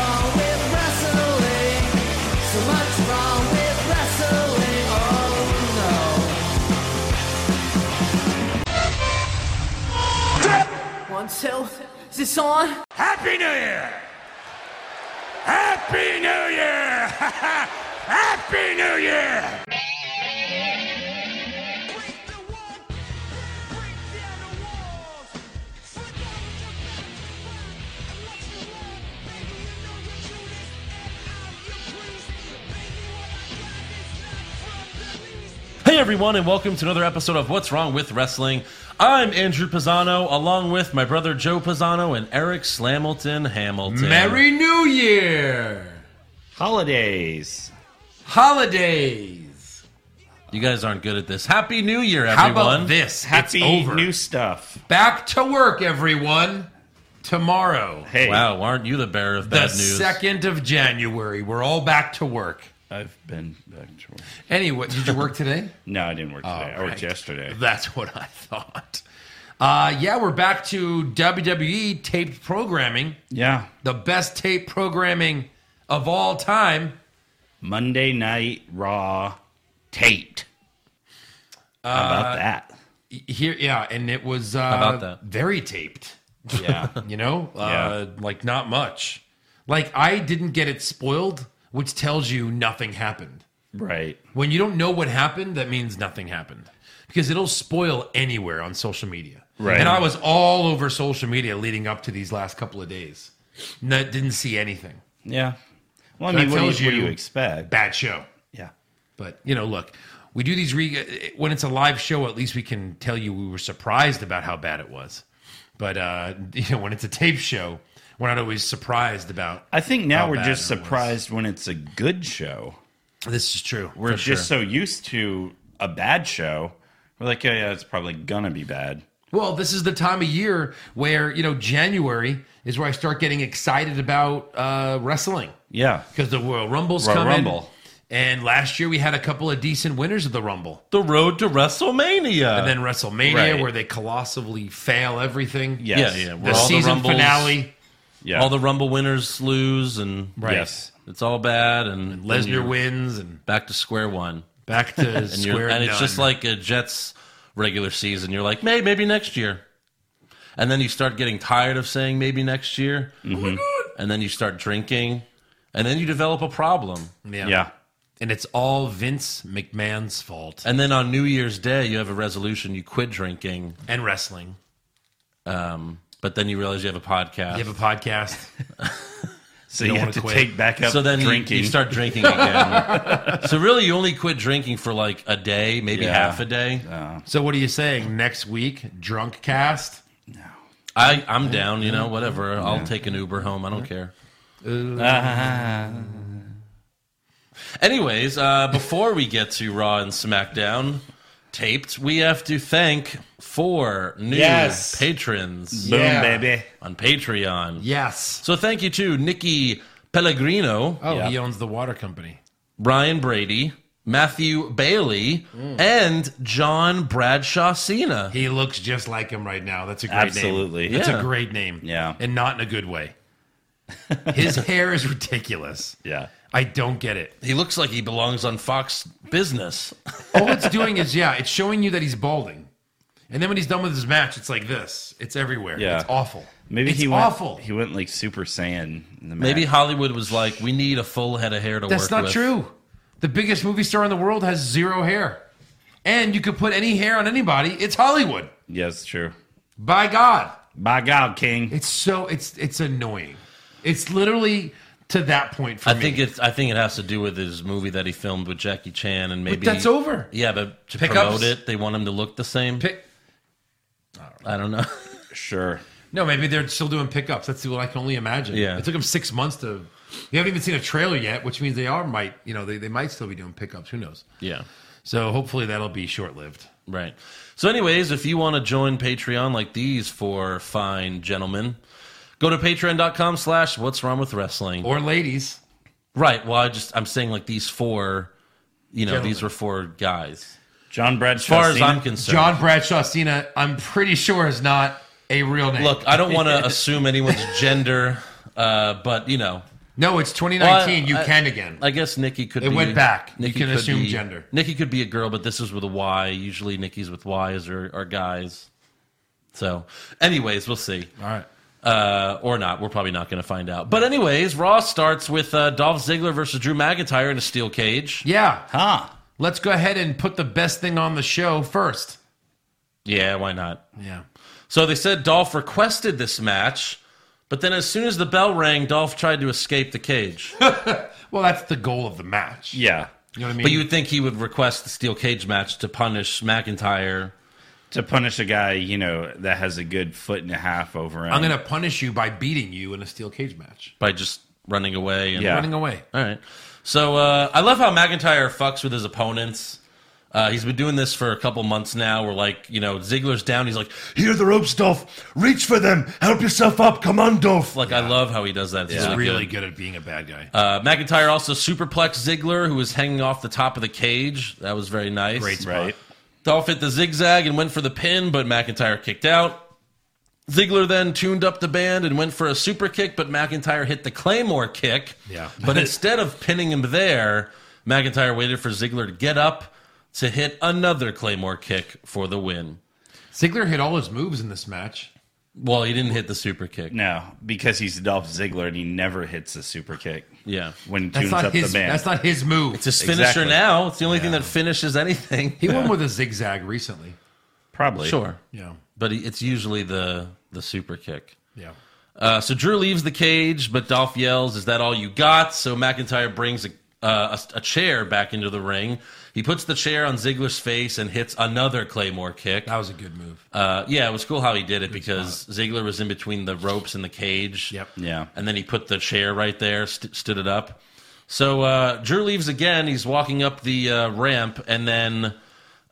Oh, So, is this on? Happy New Year! Happy New Year! Happy New Year! Break the wall, break down the walls. Fight down your back to burn, and what you want, baby, you know your Judas, and I'm your priest. Baby, what I got is not from the least. Hey everyone, and welcome to another episode of What's Wrong with Wrestling. I'm Andrew Pisano, along with my brother Joe Pisano and Eric Slamilton Hamilton. Merry New Year! Holidays. Holidays! you guys aren't good at this. Happy New Year, everyone! How about this? Happy it's over. new stuff. Back to work, everyone! Tomorrow, Hey, Wow, aren't you the bearer of the bad news? 2nd of January, we're all back to work. I've been back to work. Anyway, did you work today? No, I didn't work today. I worked right. yesterday. That's what I thought. Uh, yeah, we're back to WWE taped programming, Yeah. the best taped programming of all time. Monday Night Raw Uh, taped. How about that? Here, yeah, and it was uh, about that? very taped. Yeah. You know, uh, like not much. Like I didn't get it spoiled, which tells you nothing happened. right. When you don't know what happened, that means nothing happened because it'll spoil anywhere on social media. Right. And I was all over social media leading up to these last couple of days. No, didn't see anything. Yeah. Well, I That mean, what do, you, tells what do you you- expect? Bad show. Yeah. But you know, look, we do these re- uh, when it's a live show. At least we can tell you we were surprised about how bad it was. But uh, you know, when it's a tape show, we're not always surprised about. I think now How we're bad just it was. surprised when it's a good show. This is true. We're just so used to a bad show. We're like, yeah, yeah, it's probably gonna be bad. Well, this is the time of year where you know January is where I start getting excited about uh, wrestling Yeah. because the Royal Rumble's Royal coming. Rumble. And last year we had a couple of decent winners of the Rumble, the road to WrestleMania. and then WrestleMania right. where they colossally fail everything. Yes. Yeah, yeah. the Where all the season Rumbles- finale. Yeah. all the Rumble winners lose, and Right. Yes. it's all bad. And Lesnar wins and back to square one, back to and, you're, square and it's none. just like a Jets regular season. You're like, may maybe next year, and then you start getting tired of saying maybe next year, Mm-hmm. Oh and then you start drinking, and then you develop a problem. Yeah. and it's all Vince McMahon's fault And then on New Year's Day, you have a resolution: you quit drinking, and wrestling. um, but then you realize you have a podcast. You have a podcast. So don't you wanna have to quit. take back up so then you- drinking. You, start drinking again. so really, you only quit drinking for like a day, maybe Yeah. half a day. so what are you saying next week? Drunk cast. I, I'm down. You know, whatever. I'll take an Uber home. I don't care. Anyways, uh, before we get to Raw and SmackDown taped, we have to thank four new Yes. patrons Boom, Yeah. baby. on Patreon. Yes. So thank you to Nikki Pellegrino, Oh, Yeah. he owns the water company. Brian Brady, Matthew Bailey, and John Bradshaw Cena. He looks just like him right now. That's a great Absolutely. name. That's Yeah. a great name. Yeah. And not in a good way. His hair is ridiculous. Yeah. I don't get it. He looks like he belongs on Fox Business. All it's doing is, yeah, it's showing you that he's balding. And then when he's done with his match, it's like this. It's everywhere. Yeah. It's awful. Maybe it's he went, awful. He went like Super Saiyan. In the Maybe match. Hollywood was like, we need a full head of hair to work That's not with. true. The biggest movie star in the world has zero hair. And you could put any hair on anybody. It's Hollywood. Yeah, it's true. By God. By God, King. It's so it's it's annoying. It's literally to that point for I me. think it's. I think it has to do with his movie that he filmed with Jackie Chan, and maybe that's over. Yeah, but to Pickups? promote it, they want him to look the same. Pick, I don't know. Sure. no, maybe they're still doing pickups. That's what I can only imagine. Yeah. it took them six months to. You haven't even seen a trailer yet, which means they are might you know they, they might still be doing pickups. Who knows? yeah. So hopefully that'll be short lived. Right. So, anyways, if you want to join Patreon like these four fine gentlemen, go to patreon.com slash what's wrong with wrestling. Or ladies, right. Well, I just, I'm saying like these four, you know, these Gentlemen. were four guys. John As Bradshaw. far as Cena? I'm concerned. John Bradshaw Cena. I'm pretty sure is not a real name. Look, I don't want to assume anyone's gender, uh, but, you know, no, it's 2019. Well, you I- can again. I guess Nikki could It be. went back. You can could assume be- gender. Nikki could be a girl, but this is with a Y. Usually Nikki's with Ys or, or guys. So, anyways, we'll see. All right. Uh, or not. We're probably not going to find out. But, anyways, Raw starts with uh, Dolph Ziggler versus Drew McIntyre in a steel cage. Yeah. Huh. Let's go ahead and put the best thing on the show first. Yeah, why not? Yeah. So they said Dolph requested this match, but then as soon as the bell rang, Dolph tried to escape the cage. Well, that's the goal of the match. Yeah. You know what I mean? but you would think he would request the steel cage match to punish McIntyre. To punish a guy, you know, that has a good foot and a half over him. I'm going to punish you by beating you in a steel cage match. by just running away. And, Yeah. Running away. All right. So uh, I love how McIntyre fucks with his opponents. Uh, he's been doing this for a couple months now. Where like you know Ziggler's down. He's like, "Here are the ropes, Dolph. Reach for them. Help yourself up. Come on, Dolph." Like I love how he does that. It's He's really, really good. good at being a bad guy. Uh, McIntyre also superplexed Ziggler, who was hanging off the top of the cage. That was very nice. Great Right. Dolph hit the zigzag and went for the pin, but McIntyre kicked out. Ziggler then tuned up the band and went for a super kick, but McIntyre hit the Claymore kick. Yeah. but instead of pinning him there, McIntyre waited for Ziggler to get up to hit another Claymore kick for the win. Ziggler hit all his moves in this match. Well, he didn't hit the super kick. No, because he's Dolph Ziggler and he never hits a super kick Yeah. when he That's tunes not up his. the band. That's not his move. It's his finisher Exactly. now. It's the only thing that finishes anything. he won with a zigzag recently. Probably. Sure. Yeah. But he- it's usually the, the super kick. Yeah. Uh, so Drew leaves the cage, but Dolph yells, "Is that all you got?" So McIntyre brings a, uh, a, a chair back into the ring. He puts the chair on Ziggler's face and hits another Claymore kick. That was a good move. Uh, yeah, it was cool how he did it because Ziggler was in between the ropes and the cage. Yep. Yeah. And then he put the chair right there, st- stood it up. So uh, Drew leaves again. He's walking up the uh, ramp, and then,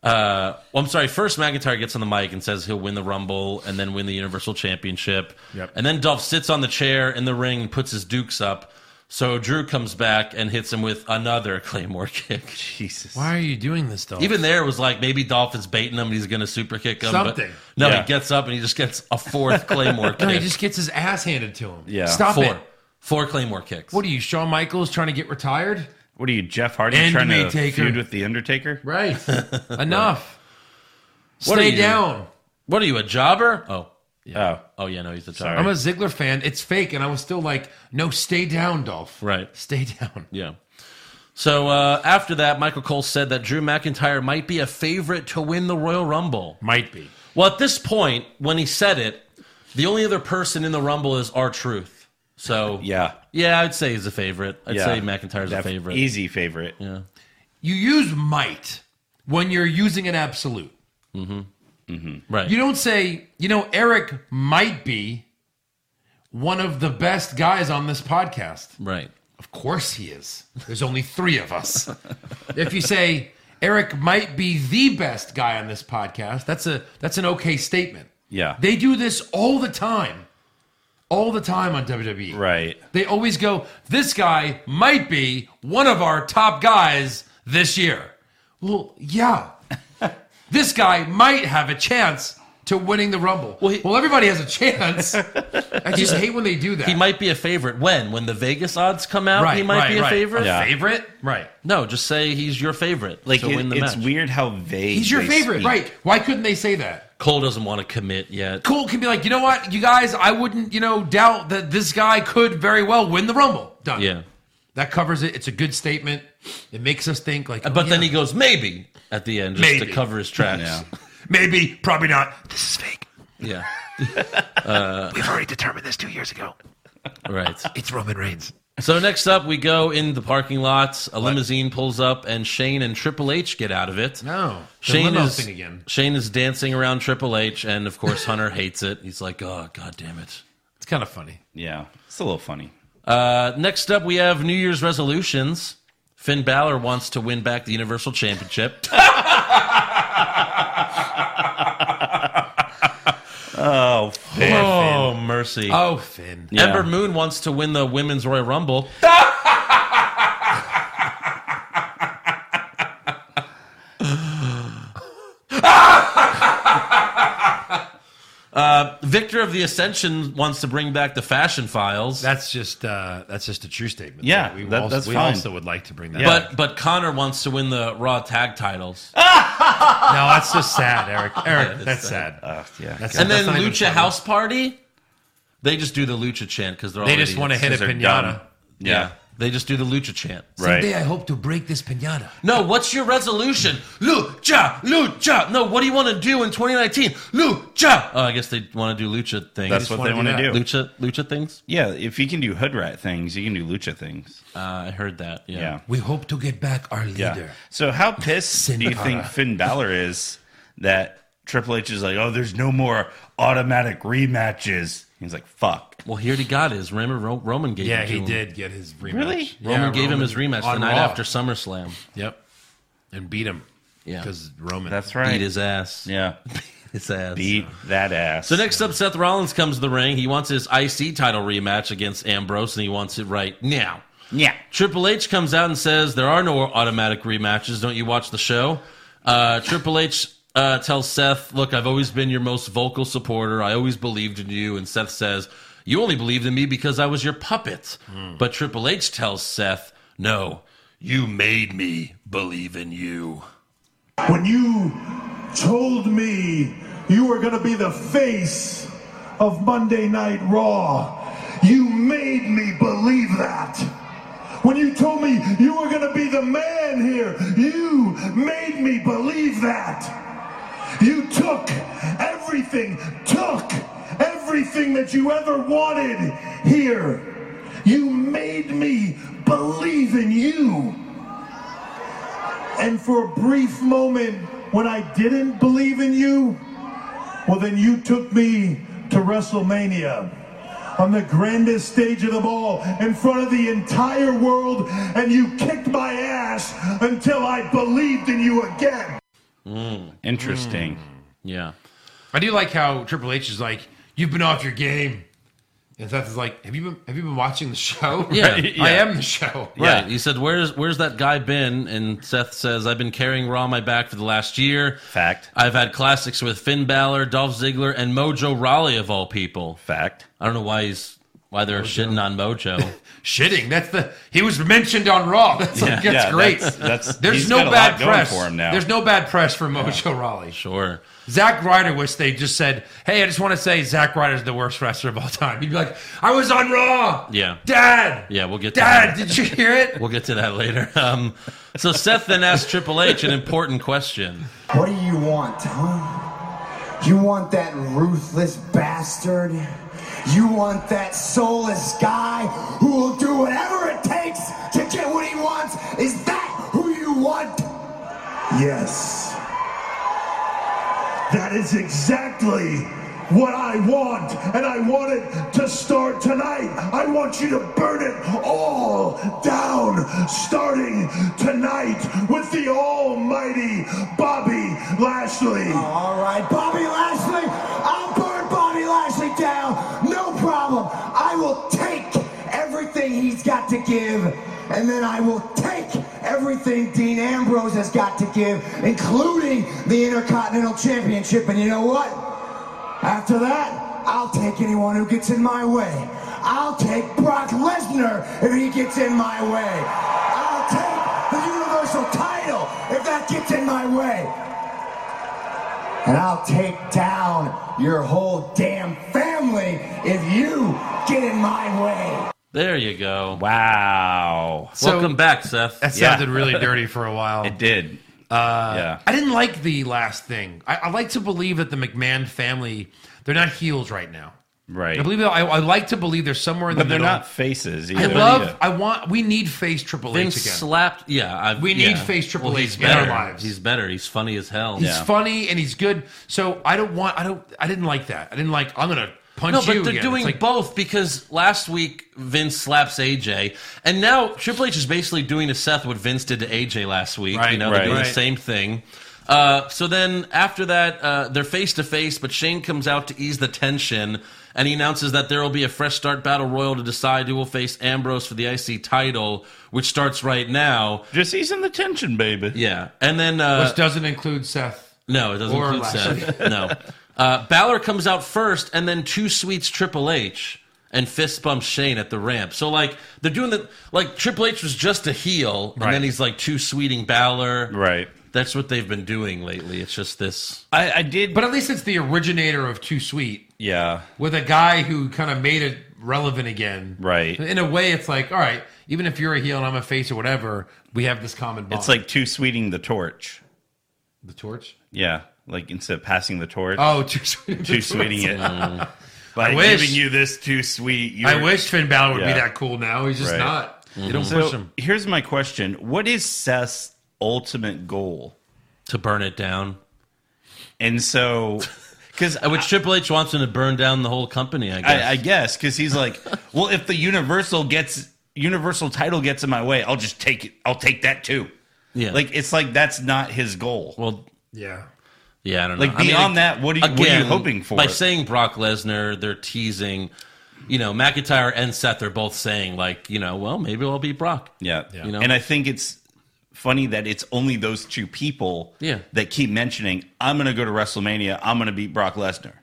uh, well, I'm sorry. First, McIntyre gets on the mic and says he'll win the Rumble and then win the Universal Championship. Yep. And then Dolph sits on the chair in the ring and puts his dukes up. So Drew comes back and hits him with another Claymore kick. Jesus. Why are you doing this, though? Even there was like maybe Dolph is baiting him and he's going to super kick him. Something. But no, Yeah. he gets up and he just gets a fourth Claymore kick. no, he just gets his ass handed to him. Yeah. Stop four. it. Four Claymore kicks. What are you, Shawn Michaels, trying to get retired? What are you, Jeff Hardy, End trying me, to Taker. feud with the Undertaker? Right. Enough. What are Stay you? down. What are you, a jobber? Oh. Oh, Oh, yeah, no, he's a jobber. Sorry. I'm a Ziggler fan. It's fake, and I was still like, no, stay down, Dolph. Right. Stay down. Yeah. So uh, after that, Michael Cole said that Drew McIntyre might be a favorite to win the Royal Rumble. Might be. Well, at this point, when he said it, the only other person in the Rumble is R Truth. So yeah. yeah, I'd say he's a favorite. I'd yeah. say McIntyre's Def- a favorite. Easy favorite. Yeah. You use might when you're using an absolute. Right. You don't say, you know, Eric might be one of the best guys on this podcast. right. Of course he is. There's only three of us. if you say Eric might be the best guy on this podcast, that's a that's an okay statement. Yeah. They do this all the time. All the time on E. WWE. Right. They always go, this guy might be one of our top guys this year. Well, yeah. this guy might have a chance to winning the Rumble. Well, Well, he- everybody has a chance. I just hate when they do that. He might be a favorite when? When the Vegas odds come out, he might be a favorite? Yeah. favorite? Right. No, just say he's your favorite Like, to it- win the it's match. weird how vague. He's your they favorite, speak. right? Why couldn't they say that? Cole doesn't want to commit yet. Cole can be like, you know what, you guys, I wouldn't, you know, doubt that this guy could very well win the Rumble. Done. Yeah. That covers it. It's a good statement. It makes us think like. oh, But then yeah. he goes, maybe, at the end, just Maybe. to cover his tracks. Yeah. maybe, probably not. This is fake. Yeah. We've already determined this two years ago. Right. It's Roman Reigns. So next up, we go in the parking lot. A limousine pulls up, and Shane and Triple H get out of it. No, the Shane limo is thing again. Shane is dancing around Triple H, and of course Hunter hates it. He's like, "Oh, god damn it!" It's kind of funny. Yeah. It's a little funny. Uh, next up, we have New Year's resolutions. Finn Balor wants to win back the Universal Championship. Oh, oh mercy! Oh, Finn. Yeah. Ember Moon wants to win the Women's Royal Rumble. Uh, Victor of the Ascension wants to bring back the fashion files, That's just uh, that's just a true statement. Yeah, we, that- also, that's we fine. also would like to bring that. Yeah. up. but but Connor wants to win the Raw tag titles. no, that's just sad, Eric. Eric, it's that's sad. sad. Uh, yeah. That's- and then that's not even Lucha funny. House Party, they just do the Lucha chant because they're all They just want to idiots. hit a they're pinata. dumb. Yeah. They just do the Lucha chant. Right. Someday I hope to break this pinata. No, what's your resolution? Lucha, Lucha. No, what do you want to do in 2019? Lucha. Oh, I guess they want to do Lucha things. That's just what they wanna do want to that. do. Lucha, Lucha things. Yeah, if you can do hood rat things, you can do lucha things. Uh, I heard that. Yeah. Yeah. We hope to get back our Yeah. leader. So how pissed do you Sin think Cara. Finn Balor is that Triple H is like, oh, there's no more automatic rematches? He's like, fuck. Well, he already got his. Remember, Ro- Roman gave. Yeah, it to he him. did get his rematch. Really? Yeah, Roman gave him Roman his rematch the on night Raw. after SummerSlam. Yep, and beat him. Yeah. because Roman. That's Beat right. his ass. yeah. His ass. Beat that ass. So next up, Seth Rollins comes to the ring. He wants his IC title rematch against Ambrose, and he wants it right now. yeah. Triple H comes out and says there are no automatic rematches. Don't you watch the show? Uh, Triple H uh, tells Seth, "Look, I've always been your most vocal supporter. I always believed in you." And Seth says, "You only believed in me because I was your puppet." But Triple H tells Seth, "No, you made me believe in you." when you told me you were going to be the face of Monday Night Raw, you made me believe that. When you told me you were going to be the man here, you made me believe that. You took everything, took everything that you ever wanted here. You made me believe in you. And for a brief moment, when I didn't believe in you, well, then you took me to WrestleMania on the grandest stage of them all in front of the entire world, and you kicked my ass until I believed in you again. Interesting. Hmm. Yeah. I do like how Triple H is like, "You've been off your game," and Seth is like, "Have you been? Have you been watching the show? Yeah. I am the show. Right. He said, "Where's where's that guy been?" And Seth says, "I've been carrying Raw on my back for the last year. Fact. I've had classics with Finn Balor, Dolph Ziggler, and Mojo Raleigh of all people. Fact. I don't know why he's why they're shitting on Mojo. Shitting. That's the he was mentioned on Raw. That's, like, that's yeah, great. that's- that's- There's he's no got a bad lot going press for him now. There's no bad press for Mojo Raleigh. sure. Zack Ryder, which they just said, "Hey, I just want to say Zack Ryder's the worst wrestler of all time." He'd be like, "I was on Raw." Yeah. Dad. Yeah, we'll get to Dad, that. did you hear it? We'll get to that later. Um, so Seth then asked Triple H an important question. What do you want, huh? You want that ruthless bastard? You want that soulless guy who will do whatever it takes to get what he wants? Is that who you want? Yes. That is exactly what I want, and I want it to start tonight. I want you to burn it all down, starting tonight with the almighty Bobby Lashley. All right, Bobby Lashley, I'll burn Bobby Lashley down. No problem. I will take everything he's got to give, and then I will take everything Dean Ambrose has got to give, including the Intercontinental Championship. And you know what? After that, I'll take anyone who gets in my way. I'll take Brock Lesnar if he gets in my way. I'll take the Universal title if that gets in my way and I'll take down your whole damn family if you get in my way. There you go. Wow. Welcome back, Seth. That Yeah. sounded really dirty for a while. It did. yeah. uh, I didn't like the last thing. I, I like to believe that the McMahon family, they're not heels right now. Right. I believe I, I like to believe they're somewhere in but the they're middle. not faces either. I love. Yeah. I want. We need face Triple Finn H again. slapped. Yeah, I, We yeah. need face Triple Well, H he's in our better. lives. He's better. He's funny as hell. he's Yeah. funny and he's good. So I don't want. I don't. I didn't like that. I didn't like. I'm gonna punch No, but you. they're again. doing It's like, both because last week Vince slaps AJ, and now Triple H is basically doing to Seth what Vince did to AJ last week. you Right, know, right. they're doing the Right. same thing. Uh, so then after that, uh, they're face to face, but Shane comes out to ease the tension, and he announces that there will be a fresh start battle royal to decide who will face Ambrose for the IC title, which starts right now. Just easing the tension, baby. Yeah, and then uh, Which doesn't include Seth. no, it doesn't Or include Seth. No. Uh, Balor comes out first, and then two sweets Triple H and fist bumps Shane at the ramp. So like they're doing the like Triple H was just a heel, and Right. then he's like two sweeting Balor. Right. That's what they've been doing lately. It's just this. I, I did. But at least it's the originator of Too Sweet yeah. with a guy who kind of made it relevant again. Right. In a way, it's like, all right, even if you're a heel and I'm a face or whatever, we have this common bond. It's like too sweeting the torch. the torch. Yeah. Like instead of passing the torch, Oh, Too Sweet. too sweeting it. Mm. By I wish- giving you this too sweet. You're, I wish Finn Balor would Yeah. be that cool now. He's just Right. Mm-hmm. not. You don't push So him. here's my question: What is Seth's ultimate goal? to burn it down. Uh, And so, because Which Triple H wants him to burn down the whole company, I guess. I, I guess because he's like, well, if the universal gets universal title gets in my way, I'll just take it. I'll take that too. yeah. Like it's like that's not his goal. well, Yeah. yeah, I don't know. Like I mean, beyond that, what are you what are you again, hoping for? By saying Brock Lesnar, they're teasing, you know, McIntyre and Seth are both saying, like, you know, well, maybe I'll be Brock. yeah. You know? And I think it's funny that it's only those two people Yeah. that keep mentioning, I'm gonna go to WrestleMania, I'm gonna beat Brock Lesnar.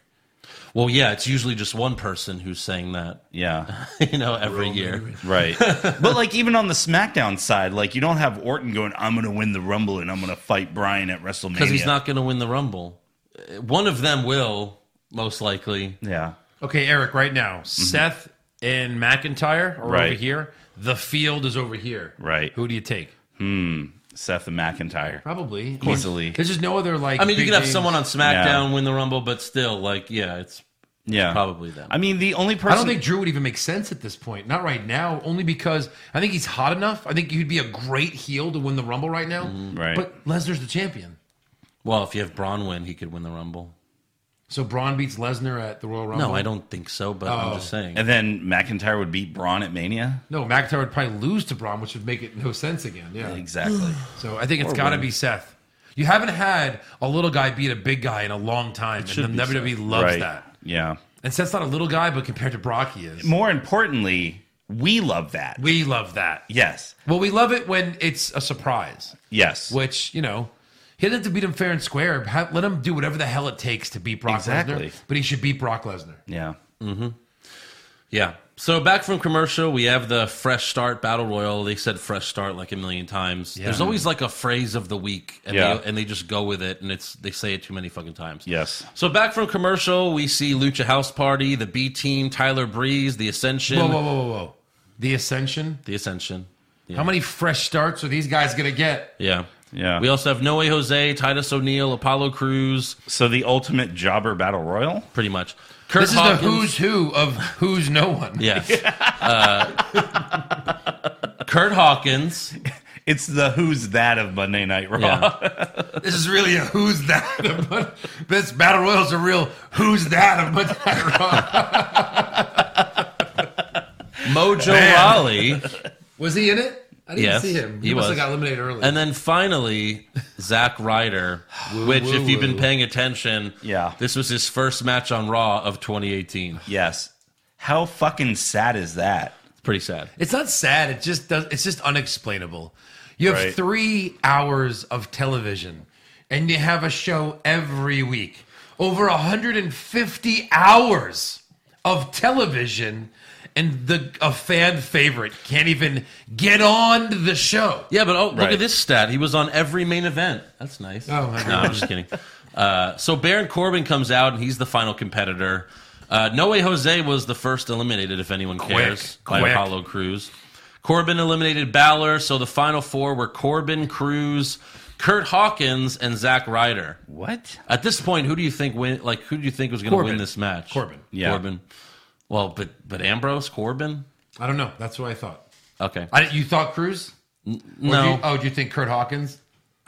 Well, yeah, it's usually just one person who's saying that, Yeah. you know, every year. Right. but like even on the SmackDown side, like you don't have Orton going, I'm gonna win the rumble and I'm gonna fight Brian at WrestleMania. Because he's not going to win the Rumble. Uh, One of them will, most likely. Yeah. Okay, Eric, right now, Seth and McIntyre are Mm-hmm. Right. over here. The field is over here. Right. Who do you take? Seth and McIntyre. Probably. Easily. There's just no other like. I mean, you big could have names. someone on SmackDown Yeah. win the Rumble, but still, like, yeah, it's Yeah. probably them. I mean the only person I don't think Drew would even make sense at this point. Not right now, only because I think he's hot enough. I think he'd be a great heel to win the Rumble right now. Mm-hmm. Right. But Lesnar's the champion. well, if you have Braun win, he could win the Rumble. So Braun beats Lesnar at the Royal Rumble. No, I don't think so, but I'm just saying. and then McIntyre would beat Braun at Mania. No, McIntyre would probably lose to Braun, which would make it no sense again. Yeah. Exactly. So I think it's got to be Seth. You haven't had a little guy beat a big guy in a long time, and the WWE E loves right. that. Yeah. And Seth's not a little guy, but compared to Brock, he is. More importantly, we love that. We love that. yes. Well, we love it when it's a surprise, Yes. which you know he doesn't have to beat him fair and square. Ha- Let him do whatever the hell it takes to beat Brock Exactly. Lesnar, but he should beat Brock Lesnar. yeah. Yeah. So back from commercial, we have the fresh start battle royal. They said fresh start like a million times. There's always like a phrase of the week, and Yeah. they and they just go with it, and it's they say it too many fucking times. Yes. So back from commercial, we see Lucha House Party, the B Team, Tyler Breeze, the Ascension, Whoa, whoa, whoa, whoa, whoa! The Ascension. the Ascension. How many fresh starts are these guys gonna get? Yeah. Yeah. We also have Noe Jose, Titus O'Neil, Apollo Cruz, So the ultimate jobber battle royal. pretty much. Kurt This is Hawkins. the who's who of who's no one. Yes. uh, Kurt Hawkins. It's the who's that of Monday Night Raw. Yeah. This is really a who's that. Of, Mon- this battle royal's a real who's that of Monday Night Raw. Mojo Raleigh. Was he in it? I didn't Yes, see him. he must was. have got eliminated early. And then finally, Zack Ryder, which, if you've been woo. paying attention, Yeah. this was his first match on Raw of 2018. Yes. How fucking sad is that? It's pretty sad. It's not sad. It just does. It's just unexplainable. You have Right. three hours of television, and you have a show every week. Over 150 hours of television, and the a fan favorite can't even get on the show. Yeah, but oh, look Right. at this stat. He was on every main event. That's nice. Oh, my God. no, I'm just kidding. Uh, so Baron Corbin comes out, and he's the final competitor. Uh, no way Jose was the first eliminated, if anyone cares, by quick. Apollo Cruz. Corbin eliminated Balor, so the final four were Corbin, Cruz, Kurt Hawkins, and Zack Ryder. What? At this point, who do you think win? Like, who do you think was going to Corbin. win this match? Corbin. Yeah. Corbin. Well, but but Ambrose Corbin. I don't know. That's what I thought. Okay. I, you thought Cruz? Or do no, you- oh, do you think Kurt Hawkins?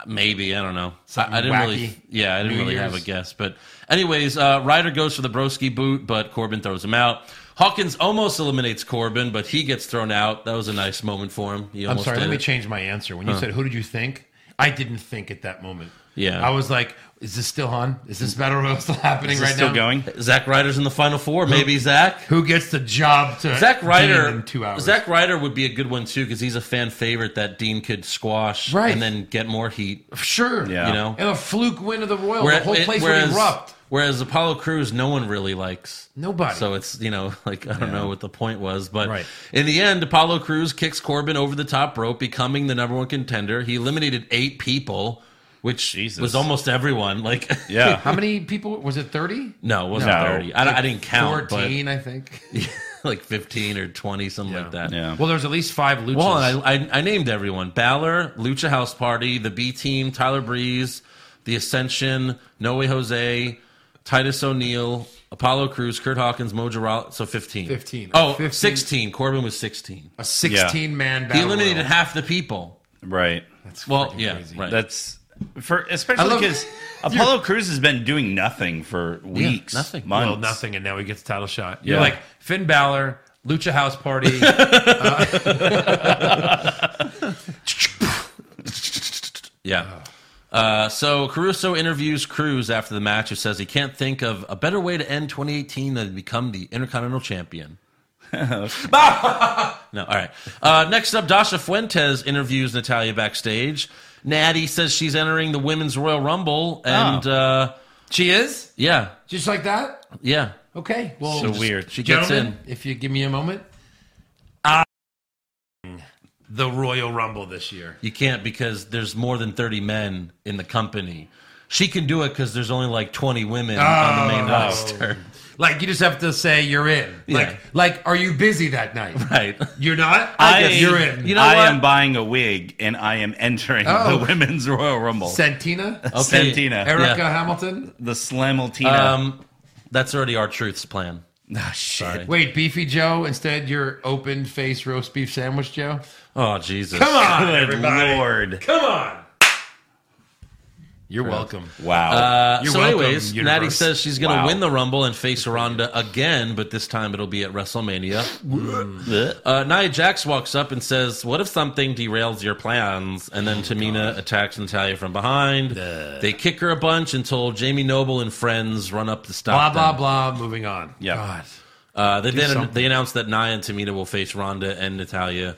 maybe I don't know. Something I, I didn't really. wacky. Yeah, I didn't New really have a Year's. guess. But anyways, uh, Ryder goes for the Broski boot, but Corbin throws him out. Hawkins almost eliminates Corbin, but he gets thrown out. That was a nice moment for him. He I'm almost sorry. did Let me it. change my answer. When you said who did you think, I didn't think at that moment. Yeah. I was like, is this still on? Is this battle royal still happening Is this right still now? going? Zack Ryder's in the final four. Maybe Zack. Who gets the job to Zack Dean Ryder, in two hours? Zack Ryder would be a good one too because he's a fan favorite that Dean could squash Right. and then get more heat. sure, Yeah. You know, and a fluke win of the royal. Where- the whole it- place whereas, would erupt. Whereas Apollo Crews, no one really likes. Nobody. So it's you know like I don't know what the point was, but Right. in the end, Apollo Crews kicks Corbin over the top rope, becoming the number one contender. He eliminated eight people, which Jesus. was almost everyone. Like How Yeah. many people was it? Thirty? no, it wasn't No. thirty. I, I didn't count. Fourteen, I think. But, like fifteen or twenty, something like that. yeah. Well, there's at least five luchas. Well, I, I, I named everyone: Balor, Lucha House Party, the B Team, Tyler Breeze, the Ascension, Noe Jose, Titus O'Neil, Apollo Cruz, Kurt Hawkins, Mojo Rawley. So fifteen. 15. Oh, 15. 16. Corbin was sixteen. a sixteen man He battle. eliminated royal. half the people. Right. well, yeah, right. That's for I especially love- because Apollo Cruz has been doing nothing for weeks, nothing. months. Well, nothing, and now he gets a title shot. Yeah. You're like Finn Balor, Lucha House Party. uh, Yeah. Uh, so Caruso interviews Cruz after the match, who says he can't think of a better way to end 2018 than to become the Intercontinental Champion. no, all right. Uh, next up, Dasha Fuentes interviews Natalia backstage. Natty says she's entering the Women's Royal Rumble, and Oh. uh, she is yeah, just like that. yeah, Okay. Well, So weird. she gets gentlemen, in. Ah. if you give me a moment, I the Royal Rumble this year. You can't because there's more than 30 men in the company. She can do it because there's only like 20 women on the Oh, main roster, Like you just have to say you're in. Yeah. Like, like, are you busy that night? right? You're not. I, you're in. You know I what? am buying a wig and I am entering Oh. the Women's Royal Rumble. Santina, Okay. Santina. Erica Oh. Yeah. Hamilton. the Slamaltina. Um, that's already our truth's plan. Ah, shit. sorry. Wait, Beefy Joe. Instead, you're open face roast beef sandwich Joe. Oh Jesus! Come on, Good everybody. Lord. Come on. You're welcome. Wow. Uh, You're so, welcome, anyways, universe. Natty says she's going to Wow. win the Rumble and face Ronda again, but this time it'll be at WrestleMania. Mm. uh, Nia Jax walks up and says, "What if something derails your plans?" And Oh, then Tamina attacks Natalia from behind. They kick her a bunch until Jamie Noble and friends run up to Blah stop blah them. blah. Moving on. Yeah. God. Uh, they then something. they announce that Nia and Tamina will face Ronda and Natalia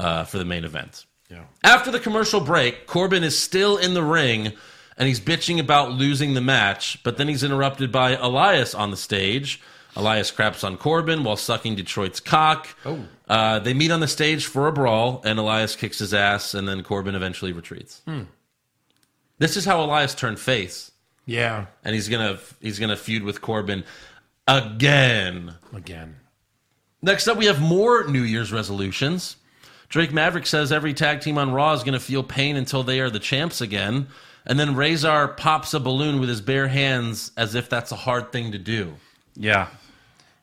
uh, for the main event. Yeah. After the commercial break, Corbin is still in the ring and he's bitching about losing the match, but then he's interrupted by Elias on the stage. Elias craps on Corbin while sucking Detroit's cock. Oh. Uh, they meet on the stage for a brawl, and Elias kicks his ass, and then Corbin eventually retreats. Hmm. This is how Elias turned face, Yeah. and he's gonna he's gonna feud with Corbin again. Again. Next up, we have more New Year's resolutions. Drake Maverick says every tag team on Raw is going to feel pain until they are the champs again. And then Razor pops a balloon with his bare hands as if that's a hard thing to do. yeah.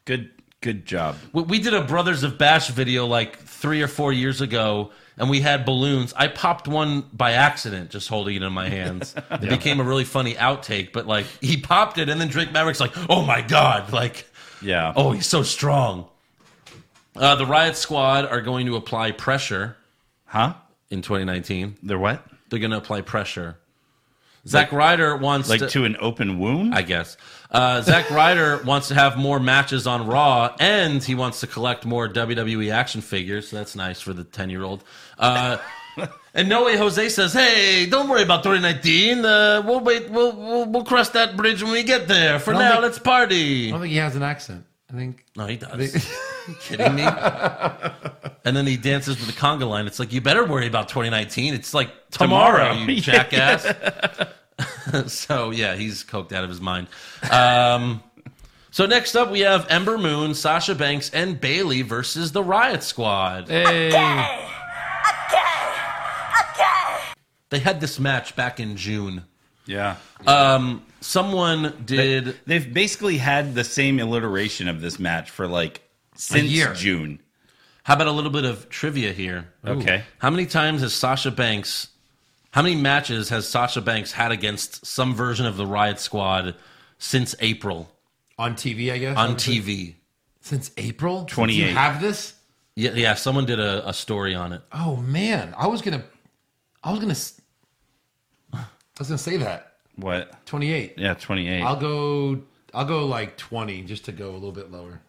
Good good job. We- We did a Brothers of Bash video like three or four years ago, and we had balloons. I popped one by accident, just holding it in my hands. It became a really funny outtake, but like he popped it, and then Drake Maverick's like, oh my God, like. Yeah. Oh, he's so strong. Uh, the Riot Squad are going to apply pressure Huh? in 2019. They're what? They're going to apply pressure. Zack Ryder wants Like to, to an open wound? I guess. Uh, Zack Ryder wants to have more matches on Raw, and he wants to collect more WWE action figures. So that's nice for the 10 year old. Uh, and No Way Jose says, "Hey, don't worry about 2019. Uh, we'll wait. We'll, we'll we'll cross that bridge when we get there. For don't now, think- let's party." I don't think he has an accent. I think. No, he does. You kidding me? and then he dances with the conga line. It's like you better worry about 2019. It's like tomorrow, Tomorrow. you jackass. so yeah, he's coked out of his mind. Um, so next up, we have Ember Moon, Sasha Banks, and Bailey versus the Riot Squad. Hey. They had this match back in June. yeah. Um, someone did. They've basically had the same alliteration of this match for like since year. June. How about a little bit of trivia here? Okay. How many times has Sasha Banks? How many matches has Sasha Banks had against some version of the Riot Squad since April On TV, I guess. on TV? Since April. Since 28. You have this? Yeah, yeah. Someone did a, a story on it. Oh man, I was gonna, I was gonna. s- was gonna say that What? twenty eight. Yeah, 28. I'll go. I'll go like twenty just to go a little bit lower.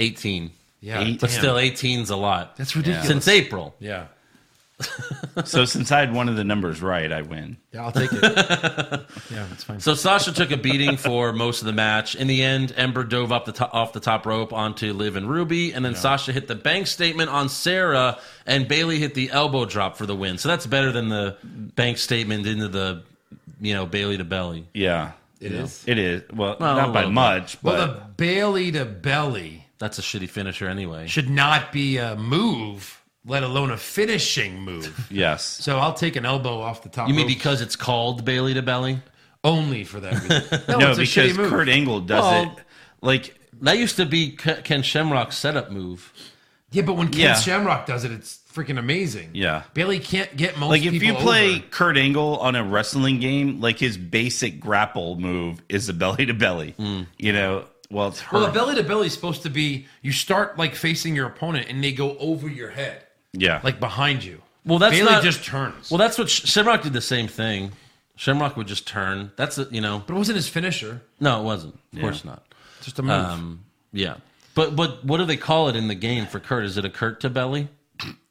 18. Yeah, Eight. But Damn. still, 18's a lot. that's ridiculous. Since April. Yeah, so since I had one of the numbers right, I win. yeah, I'll take it. yeah, that's fine. So Sasha took a beating for most of the match. In the end, Ember dove up the to- off the top rope onto Liv and Ruby, and then Sasha hit the bank statement on Sarah, and Bailey hit the elbow drop for the win. So that's better than the bank statement into the you know Bailey to belly. Yeah. It is. It is. Well, Well, a not by little bit. much, but Well, the Bailey to belly That's a shitty finisher anyway. should not be a move, let alone a finishing move. yes. so I'll take an elbow off the top. You mean rope because it's called Bailey to belly? only for that reason? No, No, it's a because shitty move. Kurt Angle does Well- it. Like, That used to be Ke- Ken Shamrock's setup move. yeah, but when Ken Yeah. Shamrock does it, it's freaking amazing. Yeah. Bailey can't get most. like if people you play over. Kurt Angle on a wrestling game, like his basic grapple move is the belly to belly. You know, well, it's her. Hmm. Well, a belly to belly is supposed to be you start like facing your opponent and they go over your head, yeah, like behind you. Well, that's Bailey not- just turns. Well, that's what Sh- Shamrock did. The same thing. Shamrock would just turn. That's a, you know. but it wasn't his finisher. No, it wasn't. Of course not. Just a move. Um, yeah. But but what do they call it in the game for Kurt? Is it a Kurt to belly?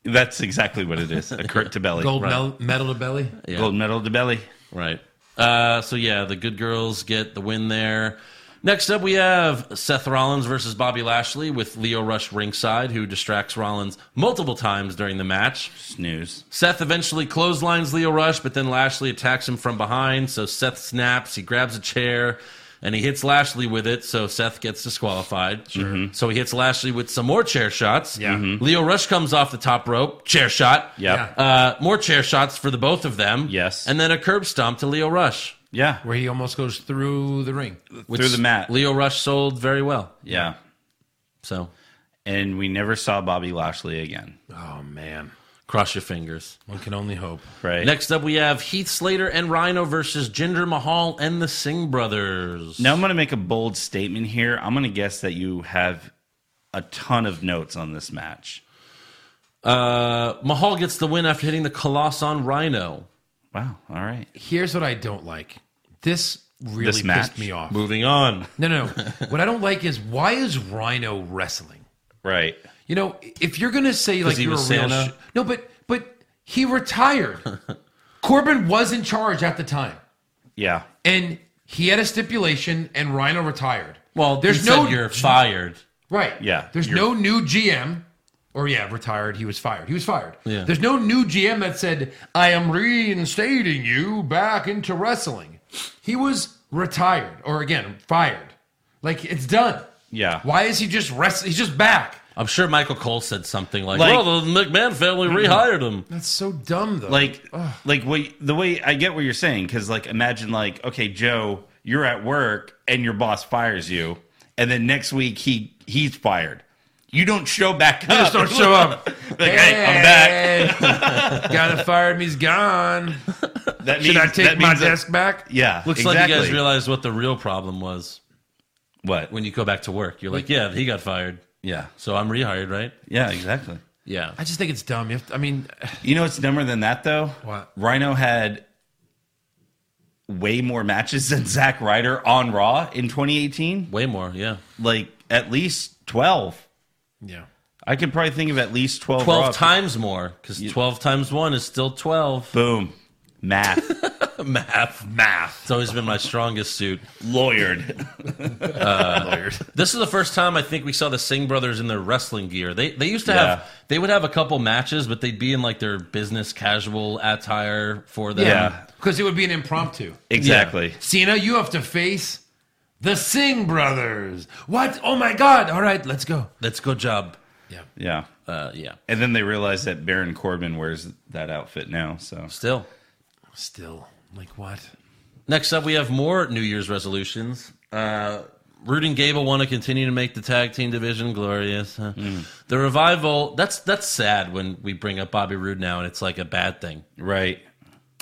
that's exactly what it is. A Kurt to belly, Gold medal, medal to belly. Yeah. gold medal to belly. Right. Uh, so yeah, the good girls get the win there. Next up, we have Seth Rollins versus Bobby Lashley with Leo Rush ringside, who distracts Rollins multiple times during the match. Snooze. Seth eventually clotheslines Leo Rush, but then Lashley attacks him from behind. So Seth snaps, he grabs a chair, and he hits Lashley with it. So Seth gets disqualified. Sure. Mm-hmm. So he hits Lashley with some more chair shots. Yeah. Mhm. Leo Rush comes off the top rope, chair shot. Yep. Yeah. Yeah. Uh, more chair shots for the both of them. Yes. And then a curb stomp to Leo Rush, Where he almost goes through the ring. which Through the mat. Leo Rush sold very well. yeah. So And we never saw Bobby Lashley again. Oh man, cross your fingers. one can only hope. Right. Next up, we have Heath Slater and Rhino versus Jinder Mahal and the Singh Brothers. Now I'm going to make a bold statement here. I'm going to guess that you have a ton of notes on this match. Uh, Mahal gets the win after hitting the Colossus on Rhino. Wow. All right. Here's what I don't like. This really This pissed match. me off. Moving on. No, no. no. what I don't like is why is Rhino wrestling? Right. You know, if you're gonna say like he you're was a real Santa? sh- no, but but he retired. Corbin was in charge at the time, Yeah. and he had a stipulation, and Rhino retired. Well, there's he no said you're fired. right. Yeah, there's you're- no new GM. Or yeah, retired. He was fired. He was fired. Yeah. There's no new GM that said I am reinstating you back into wrestling. He was retired, or again fired. Like it's done. Yeah. Why is he just rest? He's just back. I'm sure Michael Cole said something like, Like- "Well, the McMahon family rehired him." That's so dumb though. like like what the way I get what you're saying because like imagine like okay Joe you're at work and your boss fires you and then next week he he's fired you don't show back up just don't show up. like hey I'm back back. Gotta fired me. He's gone. that Should I take that my means that- desk back? yeah Looks like exactly. you guys realized what the real problem was what when you go back to work. You're like, "Yeah, he got fired, yeah so I'm rehired, right?" yeah exactly Yeah. I just think it's dumb. You have to- I mean, you know what's dumber than that though What? Rhino had way more matches than Zack Ryder on Raw in 2018 Way more. Yeah. like at least 12 yeah. I could probably think of at least 12 Twelve Raw- times more because twelve times one is still twelve. Boom. Math. Math. Math. It's always been my strongest suit. Lawyered. Lawyered. This is the first time I think we saw the Singh brothers in their wrestling gear. They they used to Yeah. have they would have a couple matches, but they'd be in like their business casual attire for them. Yeah. Because it would be an impromptu. Exactly. Cena, you have to face the Singh brothers. What? Oh my God. All right, let's go. That's good job. Yeah. Yeah. Uh, yeah. And then they realize that Baron Corbin wears that outfit now. So Still. Still, like what? Next up, we have more New Year's resolutions. Uh, Root and Gable want to continue to make the tag team division glorious. huh? Mm. The revival. That's that's sad when we bring up Bobby Roode now, and it's like a bad thing. right.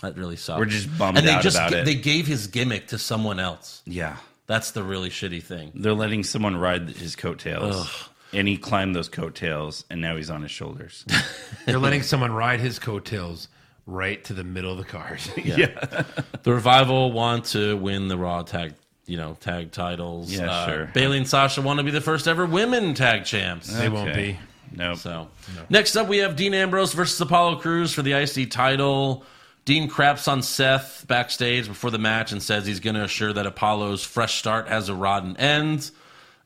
That really sucks. We're just bummed and they out just about g- it. they gave his gimmick to someone else. Yeah. That's the really shitty thing. They're letting someone ride his coattails. And he climbed those coattails and now he's on his shoulders. They're letting someone ride his coattails right to the middle of the card. The revival want to win the Raw tag, you know, tag titles. Uh, Yeah, sure. Bailey and Sasha want to be the first ever women tag champs. They won't be. Okay. Nope. So next up, we have Dean Ambrose versus Apollo Cruz for the IC title. Dean craps on Seth backstage before the match and says he's going to assure that Apollo's fresh start has a rotten end,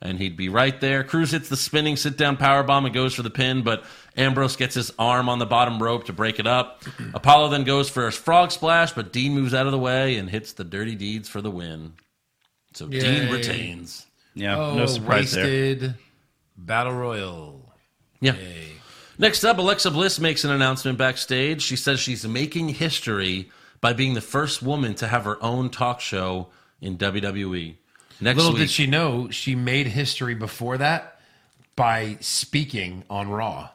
and he'd be right there. Cruz hits the spinning sit down power bomb and goes for the pin, but Ambrose gets his arm on the bottom rope to break it up. Apollo then goes for his frog splash, but Dean moves out of the way and hits the dirty deeds for the win. So Dean Yay. retains. Yeah, Oh, no surprise there. wasted battle royal. Yeah. Next up, Alexa Bliss makes an announcement backstage. She says she's making history by being the first woman to have her own talk show in WWE. Next Little week, did she know she made history before that by speaking on Raw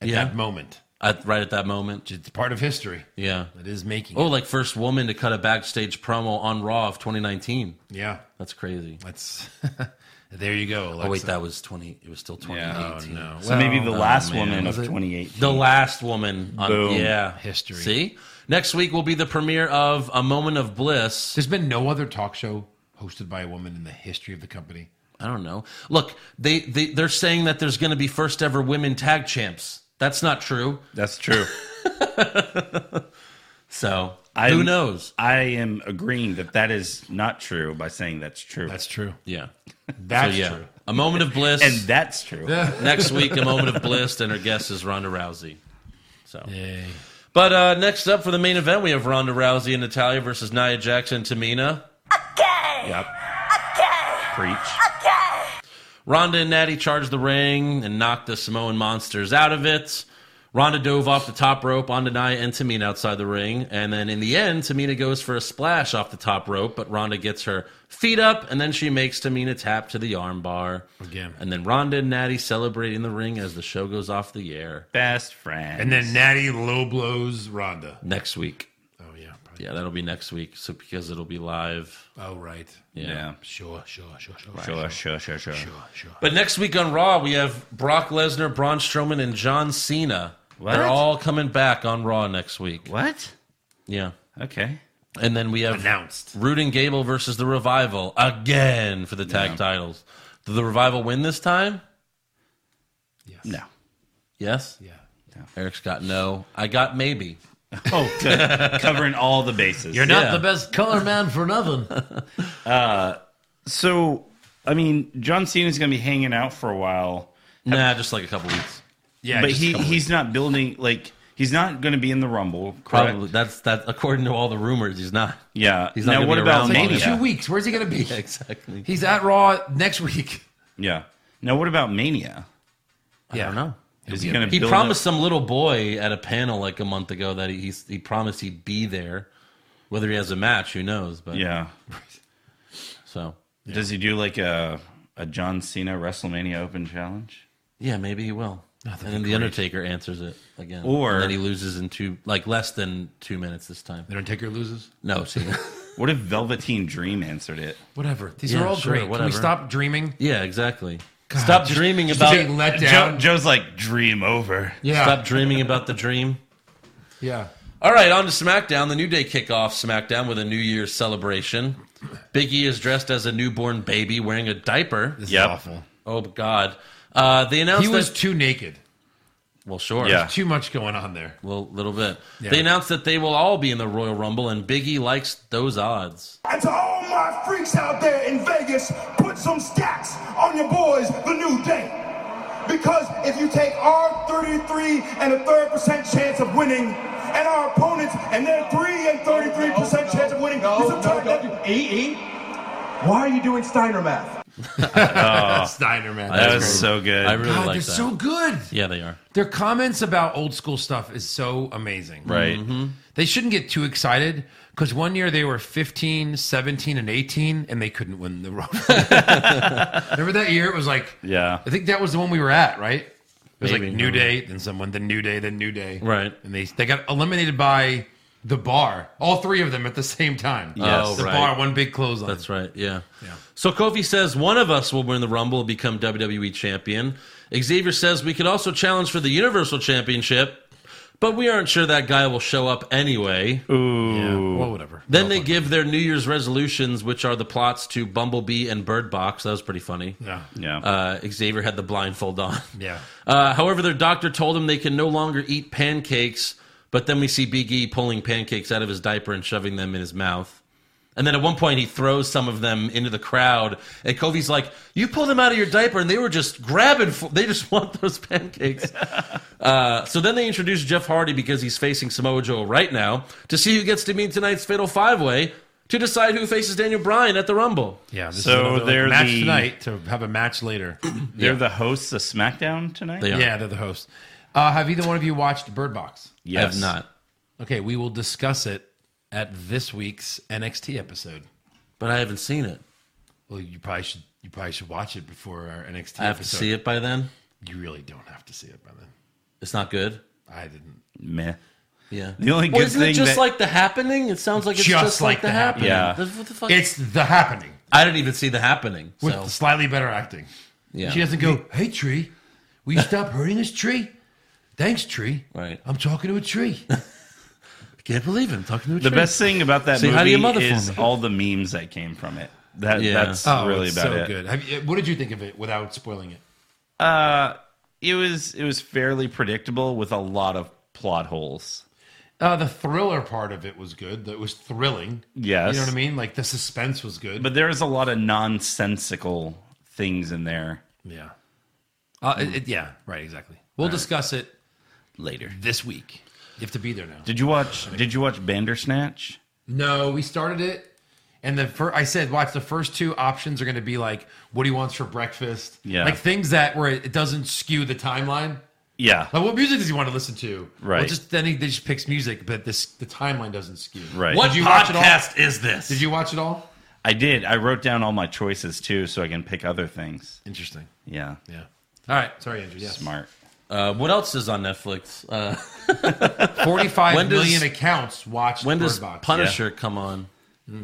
at Yeah. that moment. at, right at that moment, It's part of history. yeah. It is making. Oh, it. like first woman to cut a backstage promo on Raw of 2019. yeah. That's crazy. That's there you go. Alexa. Oh, Oh wait, that was 20. It was still 2018. no. So maybe the last woman of Was it- 28. The last woman on Boom. yeah History. See, next week will be the premiere of A Moment of Bliss. There's been no other talk show hosted by a woman in the history of the company. I don't know. Look, they, they they're saying that there's going to be first ever women tag champs. That's not true. That's true. So who I'm- knows? I am agreeing that that is not true by saying that's true. That's true. Yeah. So That's yeah, true. a moment of bliss. and that's true. next week, a moment of bliss, and her guest is Ronda Rousey. So, Yay. but uh, next up for the main event, we have Ronda Rousey and Natalia versus Nia Jackson and Tamina. Yep. Preach. Ronda and Natty charged the ring and knocked the Samoan monsters out of it. Ronda dove off the top rope onto Nia and Tamina outside the ring. And then in the end, Tamina goes for a splash off the top rope, but Ronda gets her feet up and then she makes Tamina tap to the armbar. Again. And then Ronda and Natty celebrate in the ring as the show goes off the air Best friend. And then Natty low blows Rhonda. next week. Oh yeah. probably. Yeah, that'll be next week. So because it'll be live. Oh right. Yeah. yeah. Sure, sure, sure, sure, Sure, sure, sure, sure. sure, sure. But next week on Raw, we have Brock Lesnar, Braun Strowman, and John Cena. They're What? all coming back on Raw next week. What? Yeah. Okay. And then we have Announced. Root and Gable versus the Revival again for the tag titles. Did the Revival win this time? Yes. No. Yes. Yeah. Eric's got no. I got maybe. Oh, good. covering all the bases. You're not Yeah. the best color man for nothing. so, I mean, John Cena's going to be hanging out for a while. Nah, just like a couple weeks. yeah, but just he, come- he's not building like he's not going to be in the rumble correct? Probably that's that. According to all the rumors, he's not. yeah He's not now gonna what be about around long Maybe enough. two mania weeks. Where's he gonna be? Exactly. He's at Raw next week. yeah now what about mania yeah. I don't know. is he going to He promised some little boy at a panel like a month ago that he he's, he promised he'd be there. Whether he has a match, who knows? But yeah So does he do like a a john cena wrestlemania open challenge yeah, maybe he will. Oh, and then the Undertaker answers it again, Or- and then he loses in two like less than two minutes this time. The Undertaker loses. No, Cena. what if velveteen dream answered it Whatever. These Yeah, are all sure, great. Can whatever. we stop dreaming? yeah, exactly. Stop dreaming about Being let Joe, down. joe's like dream over yeah. stop dreaming about the dream. Yeah. All right, on to SmackDown. The New Day kick off SmackDown with a New Year's celebration. Big E is dressed as a newborn baby wearing a diaper. This Yep. is awful. Oh God! Uh, they announced He was that- too naked. well, sure, Yeah. Too much going on there. well, little bit. Yeah. They announced that they will all be in the Royal Rumble, and Big E likes those odds. And to all my freaks out there in Vegas, put some stacks on your boys, the new day. Because if you take our 33 and a third percent chance of winning, and our opponents and their 3 and 33 percent chance of winning, you subtract that. E, E? Why are you doing Steiner math? Steiner, man. that That's was great. so good I really God, like that. they're so good. yeah, they are. Their comments about old school stuff is so amazing. right Mm-hmm. They shouldn't get too excited because one year they were 15, 17, and 18, and they couldn't win the Royal Rumble. Remember that year? It was like, yeah I think that was the one we were at, right? It was Maybe. like New Day, then someone, then New Day, then New Day. Right. And they they got eliminated by the bar, all three of them at the same time. Yes. Oh, the right. bar, one big clothesline. That's right. Yeah. So Kofi says one of us will win the Rumble and become E WWE champion. Xavier says we could also challenge for the Universal Championship, But we aren't sure that guy will show up anyway. Yeah, well, whatever. Then they give their New Year's resolutions, which are the plots to Bumblebee and Bird Box. That was pretty funny. Yeah. Yeah. Uh, Xavier had the blindfold on. Yeah. Uh, however, their doctor told him they can no longer eat pancakes, but then we see Big E pulling pancakes out of his diaper and shoving them in his mouth. And then at one point, he throws some of them into the crowd. And Kobe's like, You pulled them out of your diaper, and they were just grabbing, for- they just want those pancakes. uh, so then they introduce Jeff Hardy because he's facing Samoa Joe right now to see who gets to meet tonight's Fatal Five Way to decide who faces Daniel Bryan at the Rumble. Yeah. This So another, like, they're match the- tonight to have a match later. They're the hosts of SmackDown tonight. They are. yeah, they're the host. Uh, have either one of you watched Bird Box? I have not. Okay, we will discuss it at this week's NXT episode. But I haven't seen it. Well, you probably should you probably should watch it before our NXT. I have to episode. see it by then. You really don't have to see it by then. It's not good. I didn't. Meh. Yeah. The only well, good isn't it thing just that- like the happening? It sounds like it's just, like, the happening. Yeah. The- what the fuck? It's the happening I didn't even see the happening. with So slightly better acting. yeah. She doesn't go, "Hey tree, will you stop hurting this tree?" Thanks, tree. Right. I'm talking to a tree. I can't believe it. I'm talking to a The tree. best thing about that Say hi to your mother movie for is me. all the memes that came from it. That Yeah. that's Oh, really it's about so it. good. Have you, what did you think of it without spoiling it? Uh, it was it was fairly predictable with a lot of plot holes. Uh, the thriller part of it was good. It was thrilling. Yes. You know what I mean? Like the suspense was good. But there was a lot of nonsensical things in there. yeah. Uh, it, it- yeah, right, exactly. We'll discuss it later this week. You have to be there now. Did you watch Did you watch Bandersnatch? No, we started it, and the first I said, watch the first two options are going to be like what he wants for breakfast, Yeah. like things that where it doesn't skew the timeline. Yeah, Like what music does he want to listen to? Well, Right. just then he they just picks music, but this the timeline doesn't skew. right. What Did you watch it all? podcast is this? Did you watch it all? I did. I wrote down all my choices too, so I can pick other things. Interesting. Yeah, Yeah. All right. Sorry, Andrew. Yes. smart. uh, what else is on Netflix? Uh, Forty-five When million does- accounts watched when Bird does Box. Punisher come on?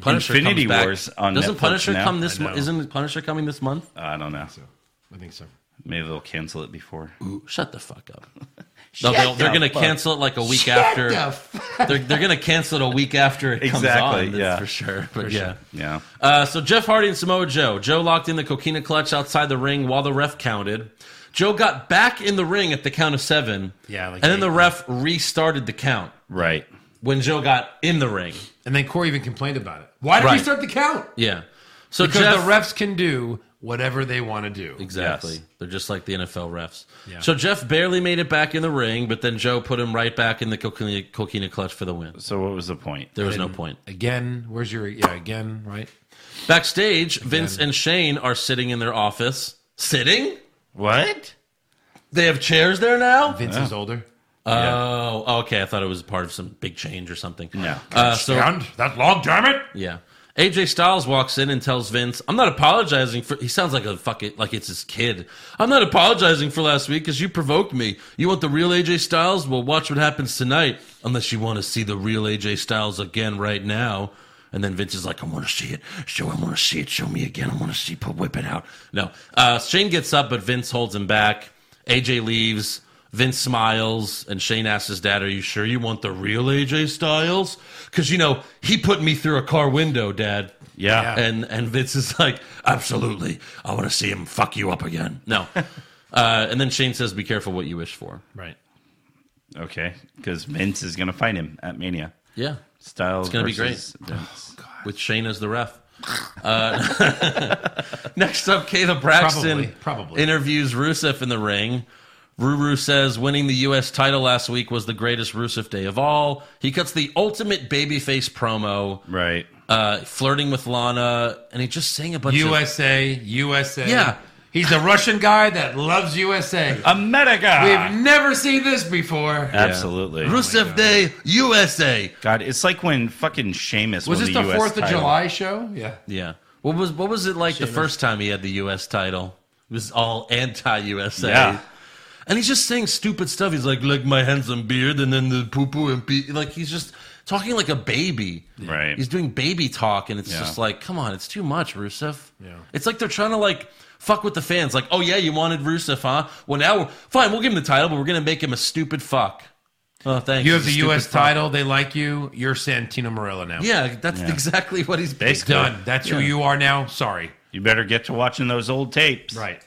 Punisher Infinity comes back. War's on Doesn't Netflix Punisher now. come this? I mo- know. Isn't Punisher coming this month? I don't know. So, I think so. Maybe they'll cancel it before. Ooh, shut the fuck up. No, they'll, they're the going to fuck. cancel it like a week Shut after. the fuck- they're they're going to cancel it a week after it comes Exactly, on. That's yeah. for sure. But yeah. Yeah. Uh, so Jeff Hardy and Samoa Joe. Joe locked in the coquina clutch outside the ring while the ref counted. Joe got back in the ring at the count of seven. Yeah, like and then eight. the ref restarted the count Right. when Joe got in the ring. And then Corey even complained about it. Why did we Right. start the count? Yeah. So Because Jeff, the refs can do whatever they want to do. Exactly. Yes. They're just like the NFL refs. Yeah. So Jeff barely made it back in the ring, but then Joe put him right back in the coquina, coquina clutch for the win. So what was the point? There was no point. Again, where's your yeah? Again, right? Backstage, Vince and Shane are sitting in their office. Sitting? What? They have chairs there now? Vince is older. Oh, okay. I thought it was part of some big change or something. No. Uh, so and that long, damn it! yeah, AJ Styles walks in and tells Vince, "I'm not apologizing for." He sounds like a fuck it, like it's his kid. I'm not apologizing for last week because you provoked me. You want the real AJ Styles? Well, watch what happens tonight. Unless you want to see the real AJ Styles again right now. And then Vince is like, I want to see it. Show, I want to see it. Show me again. I want to see. Put whip it out. No. Uh, Shane gets up, but Vince holds him back. AJ leaves. Vince smiles, and Shane asks his dad, Are you sure you want the real AJ Styles? Because, you know, he put me through a car window, dad. Yeah. And, and Vince is like, Absolutely. I want to see him fuck you up again. No. uh, and then Shane says, Be careful what you wish for. Right. Okay. Because Vince is gonna fight him at Mania. Yeah. Styles. gonna be versus Vince. With Shane as the ref. Uh, next up, Kayla Braxton Probably, probably. interviews Rusev in the ring. Ruru says winning the U.S. title last week was the greatest Rusev day of all. He cuts the ultimate babyface promo, Right. uh, flirting with Lana, and he just sang a bunch of USA, USA. Yeah. Uh, He's the Russian guy that loves USA. America. We've never seen this before. Absolutely. Rusev Day USA. God, it's like when fucking Seamus won Was this the US Fourth of title. July show? Yeah. Yeah. What was what was it like the first time he had the U.S. title? It was all anti-USA. Yeah. And he's just saying stupid stuff. He's like, like my handsome beard, and then the poo poo and pee. Like he's just talking like a baby. Right. He's doing baby talk, and it's Yeah. just like, come on, it's too much, Rusev. Yeah. It's like they're trying to like fuck with the fans. Like, oh yeah, you wanted Rusev, huh? Well, now we're fine. We'll give him the title, but we're gonna make him a stupid fuck. Oh, thanks. You have the Stupid U.S. fuck. title. They like you. You're Santino Morella now. Yeah, that's exactly what he's Basically. Done. That's who Yeah. you are now. Sorry. You better get to watching those old tapes. Right.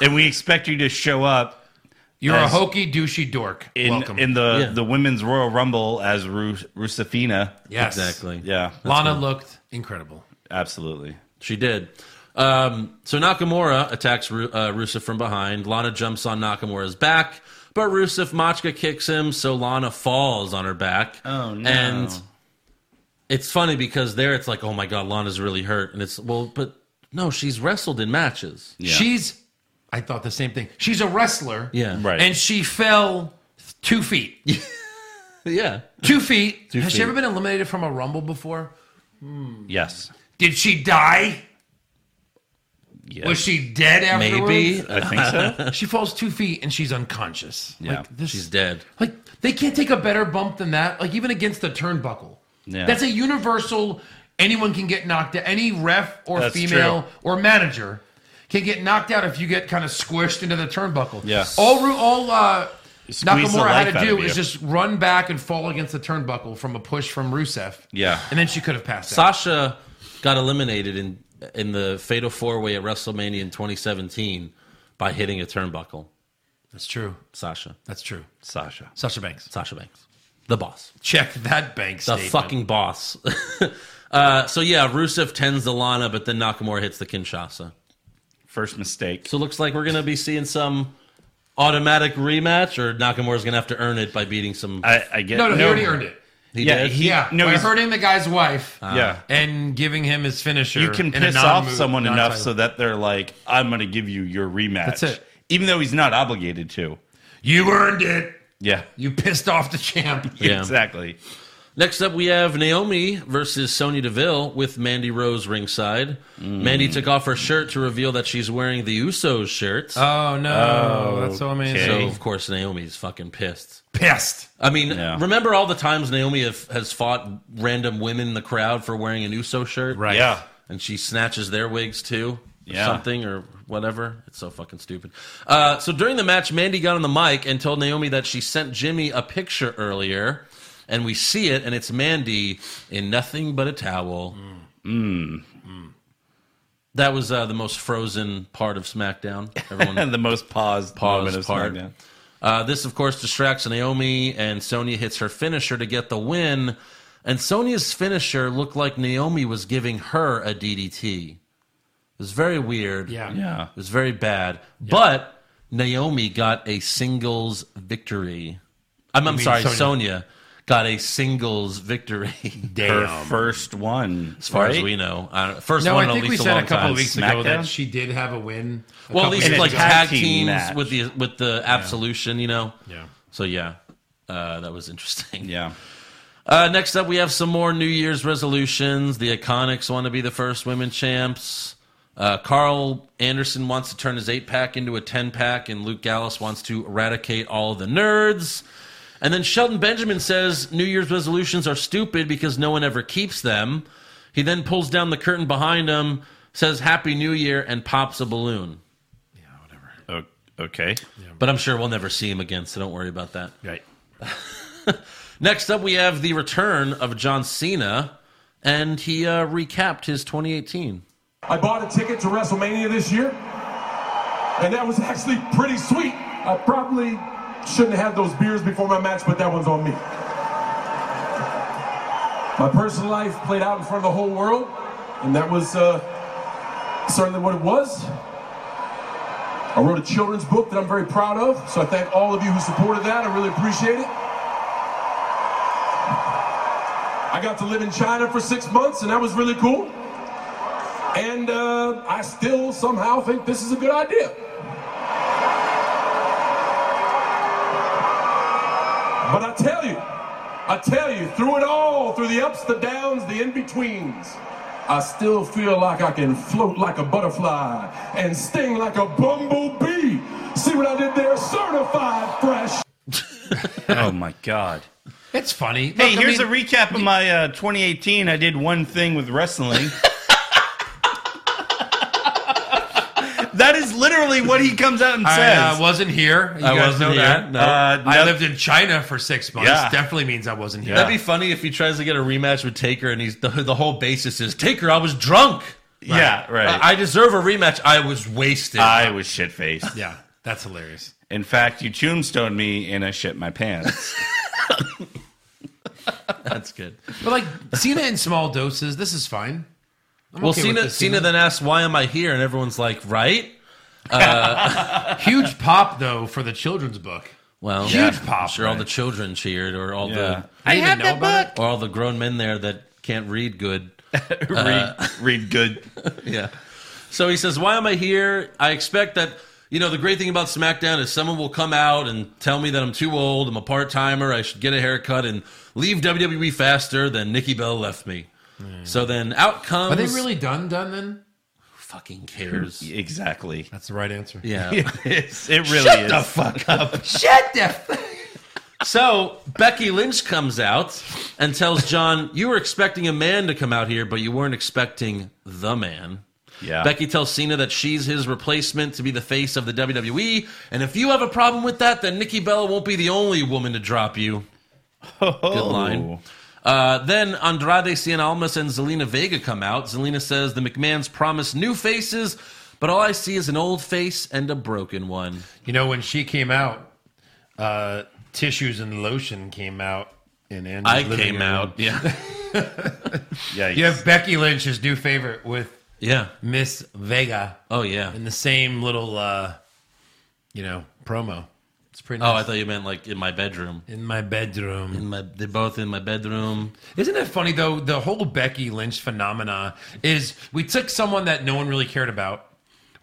And we expect you to show up You're As- a hokey, douchey dork. in Welcome. in the Yeah. the women's Royal Rumble as Ru- Rusefina. yes. Exactly. Yeah, Lana looked incredible. absolutely. She did. Um, so Nakamura attacks Ru- uh, Rusev from behind. Lana jumps on Nakamura's back, but Rusev Machka kicks him, so Lana falls on her back. Oh, no. And it's funny because there it's like, oh my god, Lana's really hurt, and it's well, but no, she's wrestled in matches. Yeah. She's, I thought the same thing. She's a wrestler. Yeah, Right. And she fell two feet. yeah. two feet. Two Has she feet. ever been eliminated from a rumble before? yes. Did she die? Yes. Was she dead afterwards? Maybe I think so. She falls two feet and she's unconscious. Yeah. Like this, she's dead. Like they can't take a better bump than that. Like even against the turnbuckle. Yeah. That's a universal. Anyone can get knocked out. Any ref or That's female true. or manager can get knocked out if you get kind of squished into the turnbuckle. Yeah. All Ru- all uh, squeeze the Nakamura had life to out do of is you. just run back and fall against the turnbuckle from a push from Rusev. Yeah. And then she could have passed out. Sasha got eliminated in in the Fatal Four Way at WrestleMania in 2017 by hitting a turnbuckle. That's true. Sasha, That's true. Sasha. Sasha Banks. Sasha Banks, the boss. Check that bank the statement. fucking boss. uh, so yeah, Rusev tends to Lana, but then Nakamura hits the Kinshasa. First mistake. So it looks like we're gonna be seeing some automatic rematch, or Nakamura's gonna have to earn it by beating some. I, I get No, no, he already earned it. he Yeah, did? he- yeah, no, no, by he's- hurting the guy's wife Yeah. and giving him his finisher. you can in a piss non-move- off someone enough non-title. so that they're like, I'm going to give you your rematch. That's it. Even though he's not obligated to. you earned it. Yeah. You pissed off the champ. Yeah. Exactly. Next up, we have Naomi versus Sonya Deville with Mandy Rose ringside. Mm. Mandy took off her shirt to reveal that she's wearing the Usos shirts. Oh no, that's so amazing. so of course Naomi's fucking pissed. Pissed. I mean, Yeah. remember all the times Naomi have, has fought random women in the crowd for wearing an Uso shirt? Right. Yeah. and she snatches their wigs too, or Yeah. something or whatever. It's so fucking stupid. Uh, so during the match, Mandy got on the mic and told Naomi that she sent Jimmy a picture earlier, and we see it, and it's Mandy in nothing but a towel. Mm. That was uh, the most frozen part of SmackDown. Everyone And the most paused moment paused of part. SmackDown. Uh, this, of course, distracts Naomi, and Sonya hits her finisher to get the win. And Sonya's finisher looked like Naomi was giving her a DDT. It was very weird. Yeah. Yeah. It was very bad. But Naomi got a singles victory. I'm, I'm mean sorry, Sonya. Sonya got a singles victory. Her first one. As far as right? we know, I don't, first No, one I at think least we a said long a couple time. of weeks ago SmackDown? that she did have a win. a Well, at couple least years like a ago. tag team teams match. with the with the absolution, you know. Yeah. So yeah, uh, that was interesting. Yeah. Uh, next up, we have some more New Year's resolutions. The Iconics want to be the first women champs. Uh, Carl Anderson wants to turn his eight pack into a 10 pack, and Luke Gallus wants to eradicate all the nerds. And then Sheldon Benjamin says New Year's resolutions are stupid because no one ever keeps them. He then pulls down the curtain behind him, says Happy New Year, and pops a balloon. O- okay. But I'm sure we'll never see him again, so don't worry about that. Right. Next up, we have the return of John Cena, and he uh, recapped his 2018. I bought a ticket to WrestleMania this year, and that was actually pretty sweet. I probably shouldn't have had those beers before my match, but that one's on me. My personal life played out in front of the whole world, and that was uh, certainly what it was. I wrote a children's book that I'm very proud of, so I thank all of you who supported that. I really appreciate it. I got to live in China for six months, and that was really cool and uh, I still somehow think this is a good idea. But I tell you, I tell you, through it all, through the ups, the downs, the in betweens, I still feel like I can float like a butterfly and sting like a bumblebee. See what I did there? Certified fresh. oh, my God. It's funny. Look, Hey, here's I mean, a recap of my uh, 2018. I did one thing with wrestling. That is literally what he comes out and I uh, says. wasn't here. You I guys wasn't know here. that. No. Uh, I no- lived in China for six months. Yeah. Definitely means I wasn't here. That'd be funny if he tries to get a rematch with Taker and he's the, the whole basis is Taker, I was drunk. Yeah, right. I, I deserve a rematch. I was wasted. I, was shit faced. yeah, that's hilarious. In fact, you tombstoned me and I shit my pants. That's good. But like Cena in small doses, this is fine. I'm Well, okay with Cena, this, Cena then asks, "Why am I here?" And everyone's like, "Right." huge pop though for the children's book. Well, Huge I'm pop, sure all right. the children cheered, or all Yeah. I didn't have know that about it. or all the grown men there that can't read good. read, read good. yeah. So he says, "Why am I here?" I expect that you know the great thing about SmackDown is someone will come out and tell me that I'm too old, I'm a part timer, I should get a haircut and leave WWE faster than Nikki Bell left me. So then out comes. Are they really done? Done then? fucking cares? Exactly. That's the right answer. Yeah. It's- it really Shut is. the fuck up. Shut the. F- So Becky Lynch comes out and tells John, "You were expecting a man to come out here, but you weren't expecting the man." Yeah. Becky tells Cena that she's his replacement to be the face of the WWE, and if you have a problem with that, then Nikki Bella won't be the only woman to drop you. Oh. Oh, Good line. Uh, then Andrade Cien Almas and Zelina Vega come out. Zelina says the McMahon's promised new faces, but all I see is an old face and a broken one. you know when she came out, uh, tissues and lotion came out. In Angie's I living came room. out. Yeah. Yeah. You have Becky Lynch's new favorite with Yeah. Miss Vega Oh yeah. in the same little, uh, you know, promo. It's pretty. Oh, I Nice. thought you meant like in my bedroom. in my bedroom. In my, they're both in my bedroom. Isn't it funny though? The whole Becky Lynch phenomena is we took someone that no one really cared about.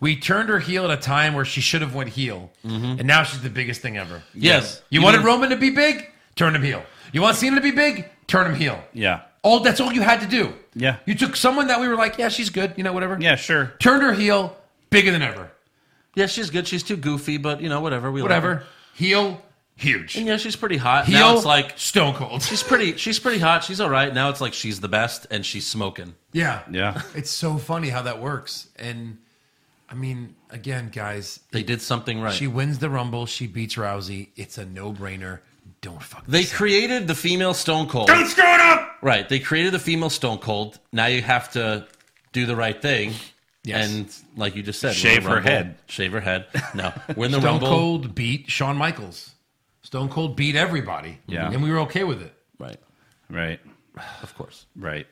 We turned her heel at a time where she should have went heel, and now she's the biggest thing ever. Mm-hmm. Yes. You, wanted mean- Roman to be big, turn him heel. You want Cena to be big, turn him heel. Yeah. All that's all you had to do. Yeah. You took someone that we were like, yeah, she's good, you know, whatever. Yeah, sure. Turned her heel, bigger than ever. Yeah, she's good. She's too goofy, but you know, whatever. We like Whatever. her. Heel, huge. And yeah, she's pretty hot. heel, now it's like Stone Cold. she's pretty. She's pretty hot. She's all right. Now it's like she's the best, and she's smoking. yeah. Yeah. It's so funny how that works. And I mean, again, guys, They did something right. she wins the Rumble. She beats Rousey. It's a no brainer. Don't fuck they this up. created the female Stone Cold. Don't screw it up. Right. They created the female Stone Cold. Now you have to do the right thing. Yes. And like you just said, win Shave the her Rumble. head. Shave her head. No, win the Stone Rumble. Cold beat Shawn Michaels. Stone Cold beat everybody. Yeah. And we were okay with it. Right. Right. Of course. Right.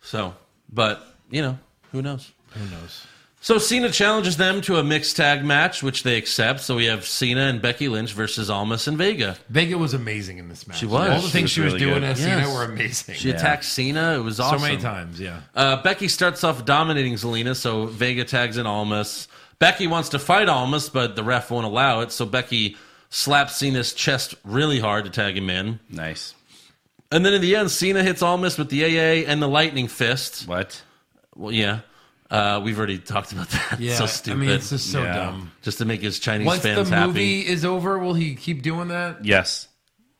So, but you know, who knows? Who knows? So Cena challenges them to a mixed tag match, which they accept. So we have Cena and Becky Lynch versus Almas and Vega. Vega was amazing in this match. She was. All the She things was she was really doing good. as Yes. Cena were amazing. She attacks Cena. It was awesome. So many times, yeah. Uh, Becky starts off dominating Zelina, so Vega tags in Almas. Becky wants to fight Almas, but the ref won't allow it. So Becky slaps Cena's chest really hard to tag him in. Nice. And then in the end, Cena hits Almas with the AA and the lightning fist. What? Well, yeah. Uh, we've already talked about that. Yeah. so stupid. I mean, it's just so Yeah. dumb. just to make his Chinese Once the fans movie happy. is over, will he keep doing that? Yes.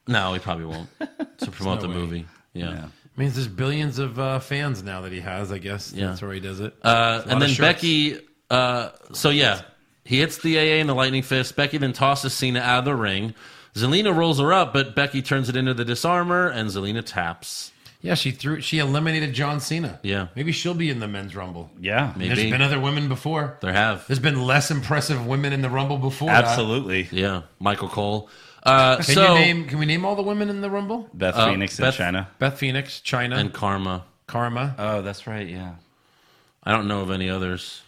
No, he probably won't. To promote the no way. movie. Yeah. means there's billions of uh, fans now that he has. I guess Yeah. that's where he does it. Uh, and then Becky, uh, so yeah, he hits the AA and the lightning fist. Becky then tosses Cena out of the ring. Zelina rolls her up, but Becky turns it into the disarmer, and Zelina taps. yeah, she threw. She eliminated John Cena. Yeah. maybe she'll be in the men's rumble. Yeah. Maybe. There's been other women before. There have. There's been less impressive women in the rumble before. that. Absolutely. Yeah, Michael Cole. Uh, Can so, you name? Can we name all the women in the rumble? Beth Uh, Phoenix Beth- in China. Beth Phoenix, China, and Karma. Karma. Oh, that's right. Yeah. I don't know of any others.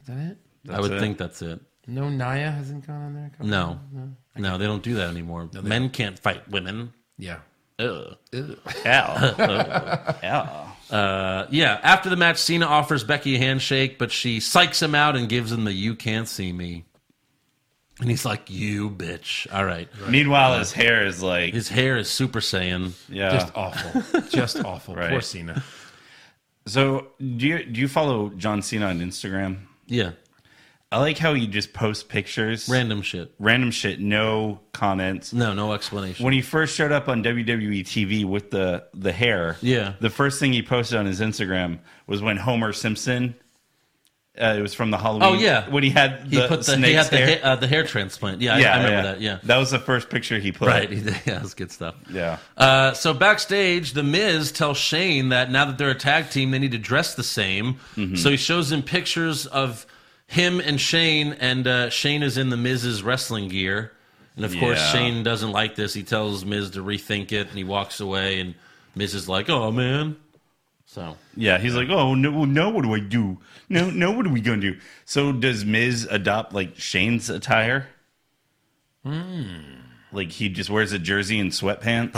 Is that it? I would it. think that's it. No, Naya hasn't gone on there. Come on. No. No, they don't do that anymore. Men can't fight women. Yeah. Ugh. Hell. Hell. Yeah, after the match, Cena offers Becky a handshake, but she psychs him out and gives him the you can't see me. And he's like, you bitch. All right. Meanwhile, his hair is like, His hair is Super Saiyan. yeah. Just awful. Just awful. Right. Poor Cena. so, do you do you follow John Cena on Instagram? Yeah, I like how he just posts pictures, random shit. random shit, no comments. No, no explanation. When he first showed up on WWE TV with the the hair, Yeah. the first thing he posted on his Instagram was when Homer Simpson Uh, it was from the Halloween. Oh yeah, when he had he the put the he snake's had the hair. hair, uh, the hair transplant. Yeah, I- I, remember that. Yeah, that was the first picture he put. right. Yeah, that was good stuff. Yeah. Uh, so backstage, the Miz tells Shane that now that they're a tag team, they need to dress the same. So he shows him pictures of him and Shane, and uh, Shane is in the Miz's wrestling gear. And of course, Yeah. Shane doesn't like this. He tells Miz to rethink it, and he walks away. And Miz is like, "Oh man." So Yeah, he's like, oh no, well, now what do I do? No, no, what are we gonna do? So does Miz adopt like Shane's attire? Hmm. Like he just wears a jersey and sweatpants.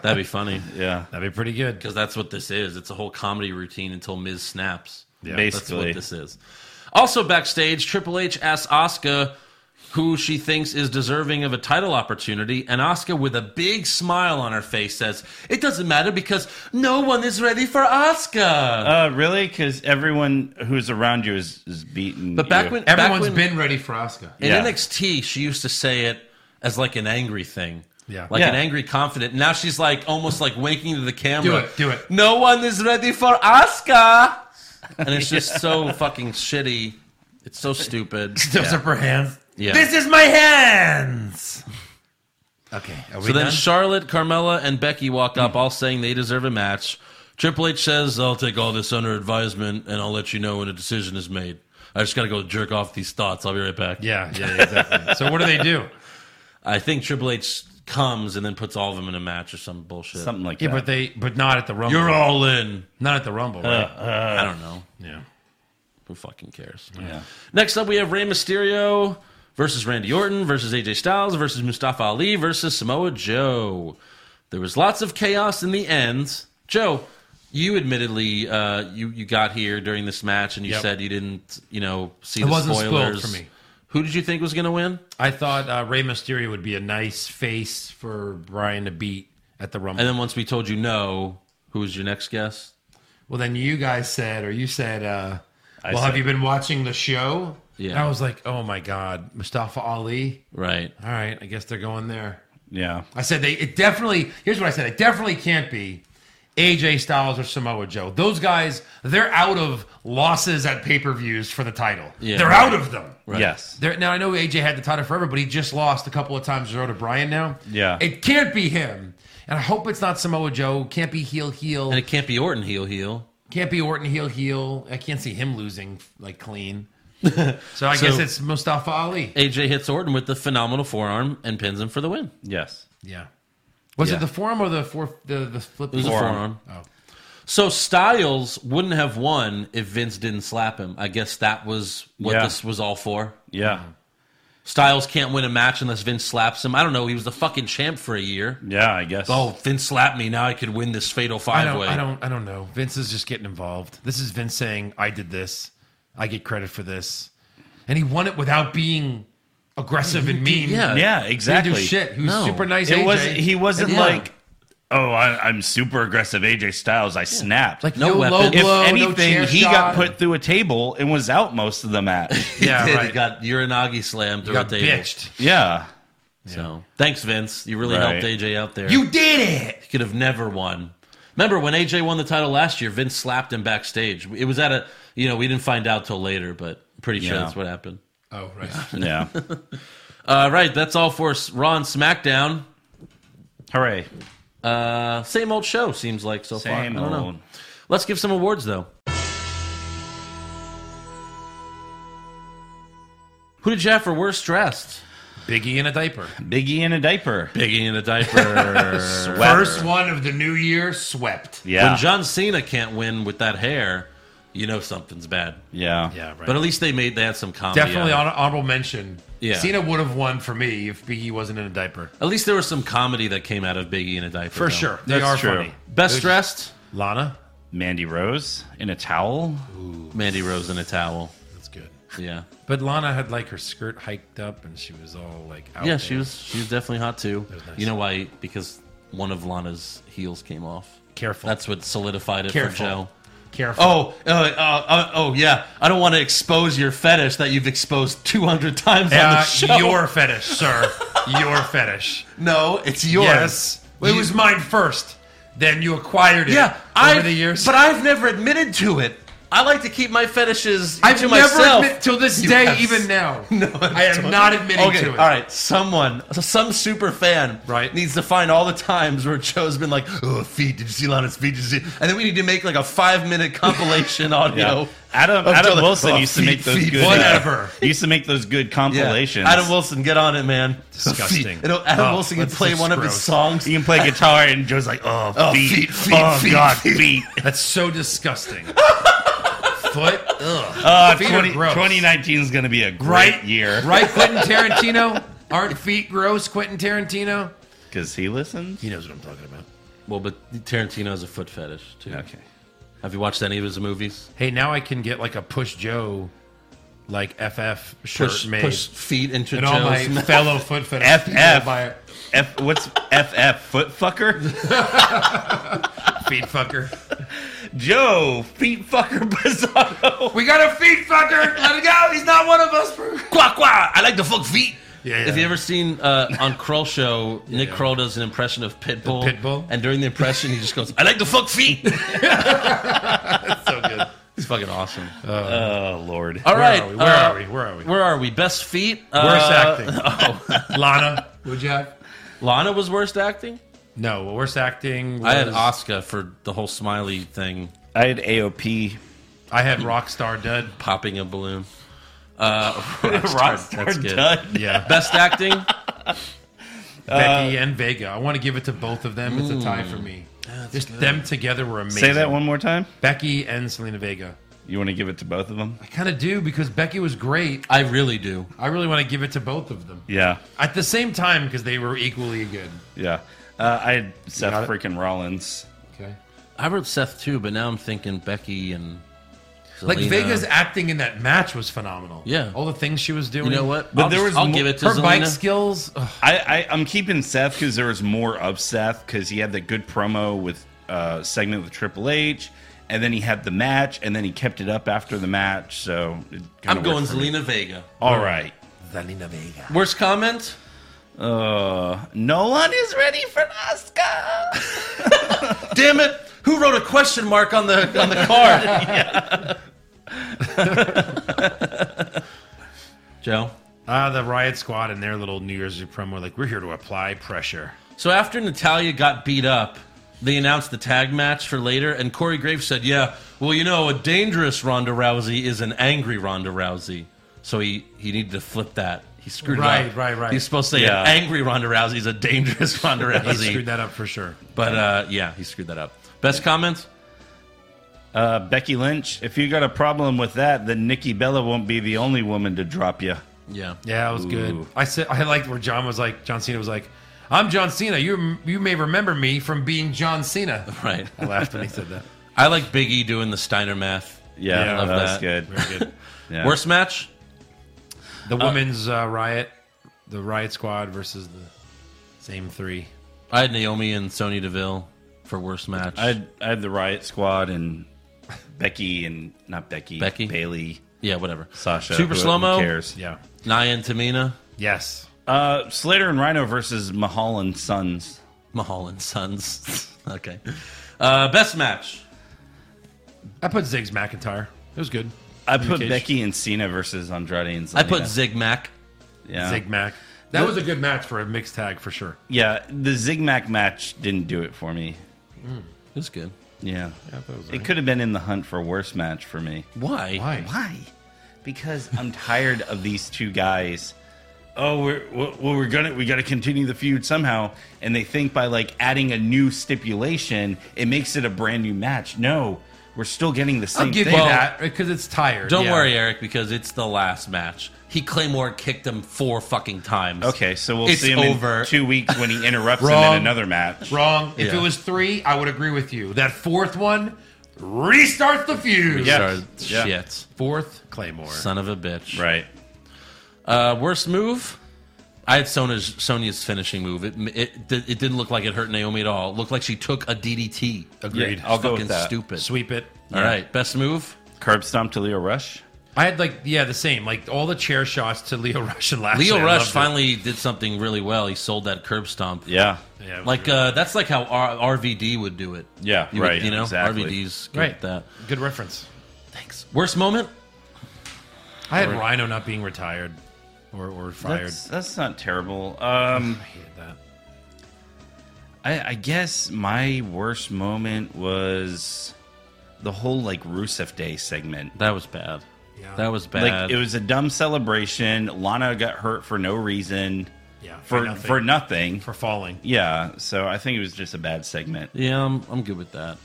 that'd be funny Yeah, That'd be pretty good. because that's what this is. It's a whole comedy routine until Miz snaps. basically. That's what this is. Also backstage, Triple H asks Asuka who she thinks is deserving of a title opportunity, and Asuka, with a big smile on her face, says, "It doesn't matter because no one is ready for Asuka." uh, really? Because everyone who's around you is is beaten. but back you. when Everyone's back when, been ready for Oscar. in Yeah. NXT, she used to say it as like an angry thing. Yeah. Like Yeah. an angry confident. Now she's like almost like winking to the camera. Do it, do it. No one is ready for Asuka. And it's just so fucking shitty. It's so stupid. Those up her hands. Yeah. This is my hands. Okay. Are we So then done? Charlotte, Carmella, and Becky walk up, all saying they deserve a match. Triple H says, I'll take all this under advisement and I'll let you know when a decision is made. I just got to go jerk off these thoughts. I'll be right back. yeah, yeah, yeah, exactly. so what do they do? I think Triple H comes and then puts all of them in a match or some bullshit. something like Yeah, that. but they, but not at the Rumble. You're all in. Not at the Rumble, right? I don't know. yeah. Who fucking cares? yeah. Next up, we have Rey Mysterio versus Randy Orton versus AJ Styles versus Mustafa Ali versus Samoa Joe. There was lots of chaos in the end. Joe, you admittedly uh, you you got here during this match and you Yep. said you didn't you know see It the wasn't spoiled spoilers for me. Who did you think was going to win? I thought uh, Rey Mysterio would be a nice face for Brian to beat at the Rumble. And then once we told you no, who was your next guess? well, then you guys said, or you said, uh, I well, have said- you been watching the show? Yeah. And I was like, oh my God, Mustafa Ali. Right. All right, I guess they're going there. yeah. I said they. It definitely. Here's what I said. It definitely can't be AJ Styles or Samoa Joe. Those guys, they're out of losses at pay per views for the title. Yeah. they're out of them. Yes. There, now I know AJ had the title forever, but he just lost a couple of times in a row to Brian. Now, Yeah. it can't be him. And I hope it's not Samoa Joe. Can't be heel heel. And it can't be Orton heel heel. can't be Orton heel heel. I can't see him losing like clean. so I guess it's Mustafa Ali. AJ hits Orton with the phenomenal forearm and pins him for the win. Yes. Yeah. Was Yeah. it the forum or the four the the flip? It Oh. was a forearm. So Styles wouldn't have won if Vince didn't slap him. I guess that was what Yeah. this was all for. Yeah. Mm-hmm. Styles can't win a match unless Vince slaps him. I don't know. He was the fucking champ for a year. Yeah. I guess. Oh, Vince slapped me. Now I could win this fatal I five don't, way. I don't. I don't know. Vince is just getting involved. This is Vince saying, "I did this. I get credit for this," and he won it without being aggressive and mean. yeah. Yeah. He didn't Exactly. do shit. He was No. super nice. It AJ. was. He wasn't Yeah. like. Oh, I, I'm super aggressive. AJ Styles. I snapped. like no no, weapon. low If if blow, no anything, chair he shot. got put through a table and was out most of the match. He Yeah, did. He right. got Uranagi slammed through got a table. bitched. yeah. So thanks, Vince. You really Right. helped AJ out there. You did it. He could have never won. Remember when AJ won the title last year? Vince slapped him backstage. It was at a you know we didn't find out till later, but I'm pretty sure Yeah. that's what happened. Oh right. Yeah. All right, that's all for Raw and SmackDown. Hooray. Uh, same old show seems like so far. Same I don't old. know. Let's give some awards though. Who did you have for worst dressed? Biggie in a diaper. Biggie in a diaper. Biggie in a diaper. Sweater. First one of the new year swept. Yeah. When John Cena can't win with that hair, you know something's bad. yeah. Yeah, right. But at least they made they had some comedy. Definitely out of it. honor- honorable mention. Yeah. Cena would have won for me if Biggie wasn't in a diaper. At least there was some comedy that came out of Biggie in a diaper. For though. sure. They That's are true. funny. Best dressed, Lana. Mandy Rose in a towel. Mandy Rose in a towel. That's good. Yeah, But Lana had like her skirt hiked up and she was all like out. yeah. there. She was she was definitely hot too. Oh, was nice. You know why? Because one of Lana's heels came off. careful. That's what solidified it for Careful. Joe. careful. Oh, uh, uh, uh, oh, yeah. I don't want to expose your fetish that you've exposed 200 times on the Uh, show. your fetish, sir. your fetish. no, it's yours. It was mine first. Then you acquired it Yeah, over I. the years. But I've never admitted to it. I like to keep my fetishes I've to never myself. admit till this You day, have- even now. I am not admitting okay, to it. all right. Someone, some super fan, Right. needs to find all the times where Joe's been like, "Oh, feet. Did you see Lana's feet? Did you see?" And then we need to make like a five-minute compilation audio. Adam of Joe, Adam like, Wilson "Oh, used to feet, make those feet, good feet." whatever. uh, used to make those good Yeah. compilations. Adam Wilson, get on it, man. Disgusting. Feet. You know, Adam Oh, Wilson can that's- play that's one of his gross. songs. He can play guitar, and Joe's like, "Oh, Oh, feet, feet, feet, oh feet, God, feet." feet." That's so disgusting. Foot. Ugh. Uh, Feet are 20, gross. 2019 is going to be a great Right year, Right, Quentin Tarantino. Aren't feet gross, Quentin Tarantino? Because he listens. He knows what I'm talking about. Well, but Tarantino has a foot fetish too. Okay. Have you watched any of his movies? Hey, now I can get like a Push Joe, like FF shirt Push, made. push feet into and all my Joe's. mouth. fellow foot fetish people FF, buy it. F, what's FF? Foot fucker, feet fucker. Joe, feet fucker, Bizarro. We got a feet fucker. Let it go. He's not one of us. Quack quack. I like to fuck feet. Yeah, yeah. Have you ever seen uh, on Kroll show? Nick Kroll does an impression of Pitbull. The Pitbull? And during the impression, he just goes, "I like to fuck feet." So good. It's fucking awesome. Oh Lord, All right, are we? Uh, Where uh, are we? Where are we? Where are we? Best feet. Worst Uh, acting. Lana, would you have? Lana was worst acting. No, well, worst acting. Was, I had Oscar for the whole smiley thing, I had AOP. I had Rockstar Dud. popping a balloon. Uh, Rockstar That's good. Dud. Yeah, Best acting. uh, Becky and Vega. I want to give it to both of them. It's a tie Mm. for me. Just them together were amazing. Say that one more time. Becky and Selena Vega. You want to give it to both of them? I kind of do because Becky was great. I really do. I really want to give it to both of them Yeah, at the same time because they were equally good. yeah. Uh, I had Seth got it? freaking Rollins. Okay. I wrote Seth too, but now I'm thinking Becky and Like Zelina. Vega's acting in that match was phenomenal. uh, Yeah. All the things she was doing. You know what? But I'll, there just- was I'll mo- give it to Her bike Zelina. skills. ugh, I, I I'm keeping Seth because there was more of Seth because he had the good promo with uh, segment with Triple H, and then he had the match, and then he kept it up after the match. So it kinda I'm going worked for me. Zelina Vega. All right. Zelina Vega. Worst comment? Uh, no one is ready for an Oscar. Damn it! Who wrote a question mark on the on the card? Joe. Ah, the Riot Squad and their little New Year's Eve promo, like we're here to apply pressure. So after Natalia got beat up, they announced the tag match for later, and Corey Graves said, "Yeah, well, you know, a dangerous Ronda Rousey is an angry Ronda Rousey." So he he needed to flip that. He screwed it Right, up. right, right. He's supposed to say Yeah. an angry Ronda Rousey is a dangerous Ronda He Rousey. screwed that up for sure. But uh, yeah, he screwed that up. Best comments? Uh, Becky Lynch. If you got a problem with that, then Nikki Bella won't be the only woman to drop you. Yeah. Yeah, it was good. Ooh. I said I liked where John was like John Cena was like, "I'm John Cena. You you may remember me from being John Cena." Right. I laughed when he said that. I like Big E doing the Steiner math. Yeah, Yeah, I that, love was that. good. Very good. Yeah. Worst match? The women's uh, riot, the riot squad versus the same three. I had Naomi and Sonya Deville for worst match. I had, I had the Riot Squad and Becky and not Becky, Becky? Bailey, yeah, whatever. Sasha. who- Super who slow mo. cares? Yeah. Nia and Tamina. Yes. Uh, Slater and Rhino versus Mahal and Sons. Mahal and Sons. okay. Uh, best match. I put Ziggs McIntyre. It was good. I the put cage. Becky and Cena versus Andrade and Zelina. I put Zig Mac. yeah. Zig Mac. That was a good match for a mixed tag for sure. yeah, the Zigmac match didn't do it for me. It was good. Yeah, that was it could have been in the hunt for worst match for me. Why? Why? Why? Because I'm tired of these two guys. Oh, we're well, we're gonna we got to continue the feud somehow, and they think by like adding a new stipulation, it makes it a brand new match. No, we're still getting the same I'll give thing. you that because it's tired. Don't yeah. worry, Eric, because it's the last match. He Claymore kicked him four fucking times. Okay, so we'll It's see him over. in two weeks when he interrupts him in Wrong. another match. Wrong. If Yeah. it was three, I would agree with you. That fourth one restarts the fuse. Yeah. Sorry. Yeah. Shit. Fourth Claymore. Son of a bitch. Right. Uh, worst move? I had Sonya's, Sonya's finishing move. It, it di- it didn't look like it hurt Naomi at all. It looked like she took a DDT. Agreed. Yeah, I'll go fucking with that. stupid. Sweep it. All right, best move. Curb stomp to Leo Rush. I had like yeah the same like all the chair shots to Leo Rush and Lashley. Leo I Rush loved it. finally did something really well. He sold that curb stomp. Yeah. Yeah, it was Like really- uh, that's like how R- RVD would do it. Yeah, You would- right, you know, exactly. RVD's good Right. at that. good reference. Thanks. Worst moment? I had Rhino not being retired or, or fired. That's, that's not terrible. Um, I hated that. I, I guess my worst moment was the whole like Rusev Day segment. That was bad. Yeah. That was bad. Like it was a dumb celebration. Lana got hurt for no reason. Yeah, for For for nothing. nothing. For falling. yeah. So I think it was just a bad segment. yeah, I'm, I'm good with that.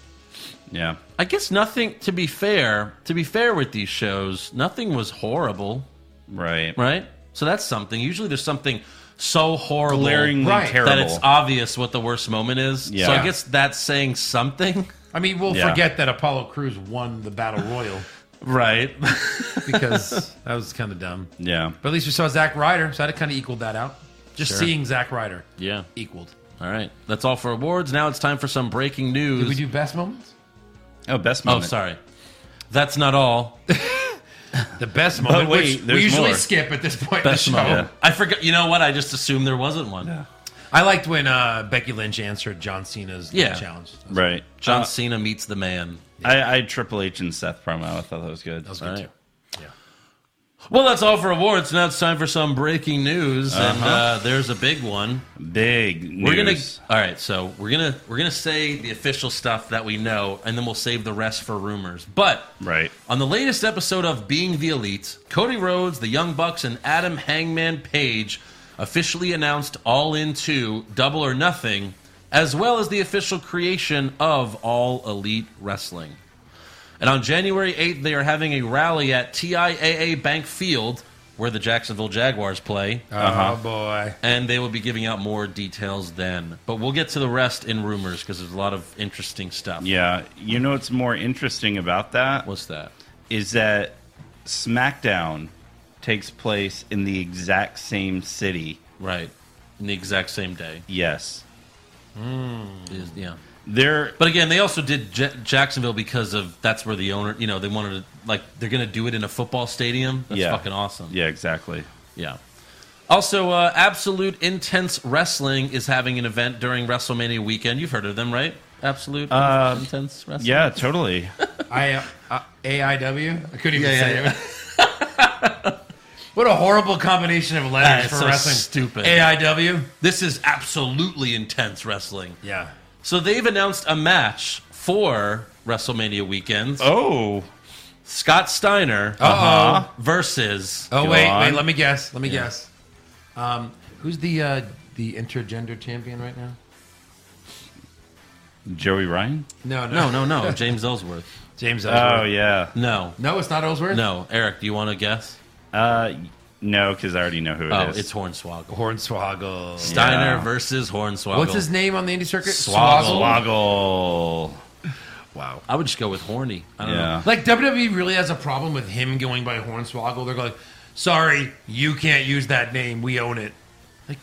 Yeah. I guess nothing. To be fair, to be fair with these shows, nothing was horrible, Right. right? So that's something. Usually, there's something so horrible Glaringly Right. terrible. that it's obvious what the worst moment is. Yeah. So I guess that's saying something, I mean, we'll Yeah. forget that Apollo Crews won the Battle Royal right? because that was kind of dumb. yeah. But at least we saw Zack Ryder, so that kind of equaled that out. Just Sure. seeing Zack Ryder yeah. equaled. All right. That's all for awards. Now it's time for some breaking news. Did we do best moments? Oh, best oh, moment. sorry. That's not all. The best moment, wait, which we there's usually more. skip at this point Best in the show. moment. I forgot. You know what? I just assumed there wasn't one. I liked when uh, Becky Lynch answered John Cena's Yeah. challenge. That was, Right. John Uh, Cena meets the man. I, I had Triple H and Seth promo. I thought that was good. that was All good right. too. Well, that's all for awards. Now it's time for some breaking news, and uh, there's a big one. Big news. We're gonna. All right, so we're gonna we're gonna say the official stuff that we know, and then we'll save the rest for rumors. But Right. on the latest episode of Being the Elite, Cody Rhodes, the Young Bucks, and Adam Hangman Page officially announced All In Two, Double or Nothing, as well as the official creation of All Elite Wrestling. And on January 8th, they are having a rally at TIAA Bank Field, where the Jacksonville Jaguars play, Uh-huh. Oh boy. and they will be giving out more details then. But we'll get to the rest in rumors because there's a lot of interesting stuff. Yeah. You know what's more interesting about that? What's that? is that SmackDown takes place in the exact same city. Right. In the exact same day. Yes. Is, yeah. There But again, they also did J- Jacksonville because of that's where the owner, you know, they wanted to like they're going to do it in a football stadium. That's Yeah. fucking awesome. Yeah, exactly. Yeah. Also, uh, Absolute Intense Wrestling is having an event during WrestleMania weekend. You've heard of them, right? Absolute Uh, Intense Wrestling. Yeah, totally. I uh, uh, AIW. I couldn't even say it. what a horrible combination of That letters is for so wrestling. stupid. AIW. This is absolutely intense wrestling. Yeah. So they've announced a match for WrestleMania weekends. oh. Scott Steiner Uh-huh. Uh oh. versus Oh wait, Go wait. on. Let me guess. Let me guess. Um, who's the uh, the intergender champion right now? Joey Ryan? No, no, Oh, no, no, James Ellsworth. James. Oh Ellsworth. yeah. No, No, it's not Ellsworth. no. Eric, do you want to guess? Uh no, because I already know who it is. Oh, it's Hornswoggle. Hornswoggle. Steiner Yeah. versus Hornswoggle. What's his name on the indie circuit? Swoggle. Woggle. Wow. I would just go with Horny. I don't Yeah. know. Like WWE really has a problem with him going by Hornswoggle. They're like, sorry, you can't use that name. We own it. Like,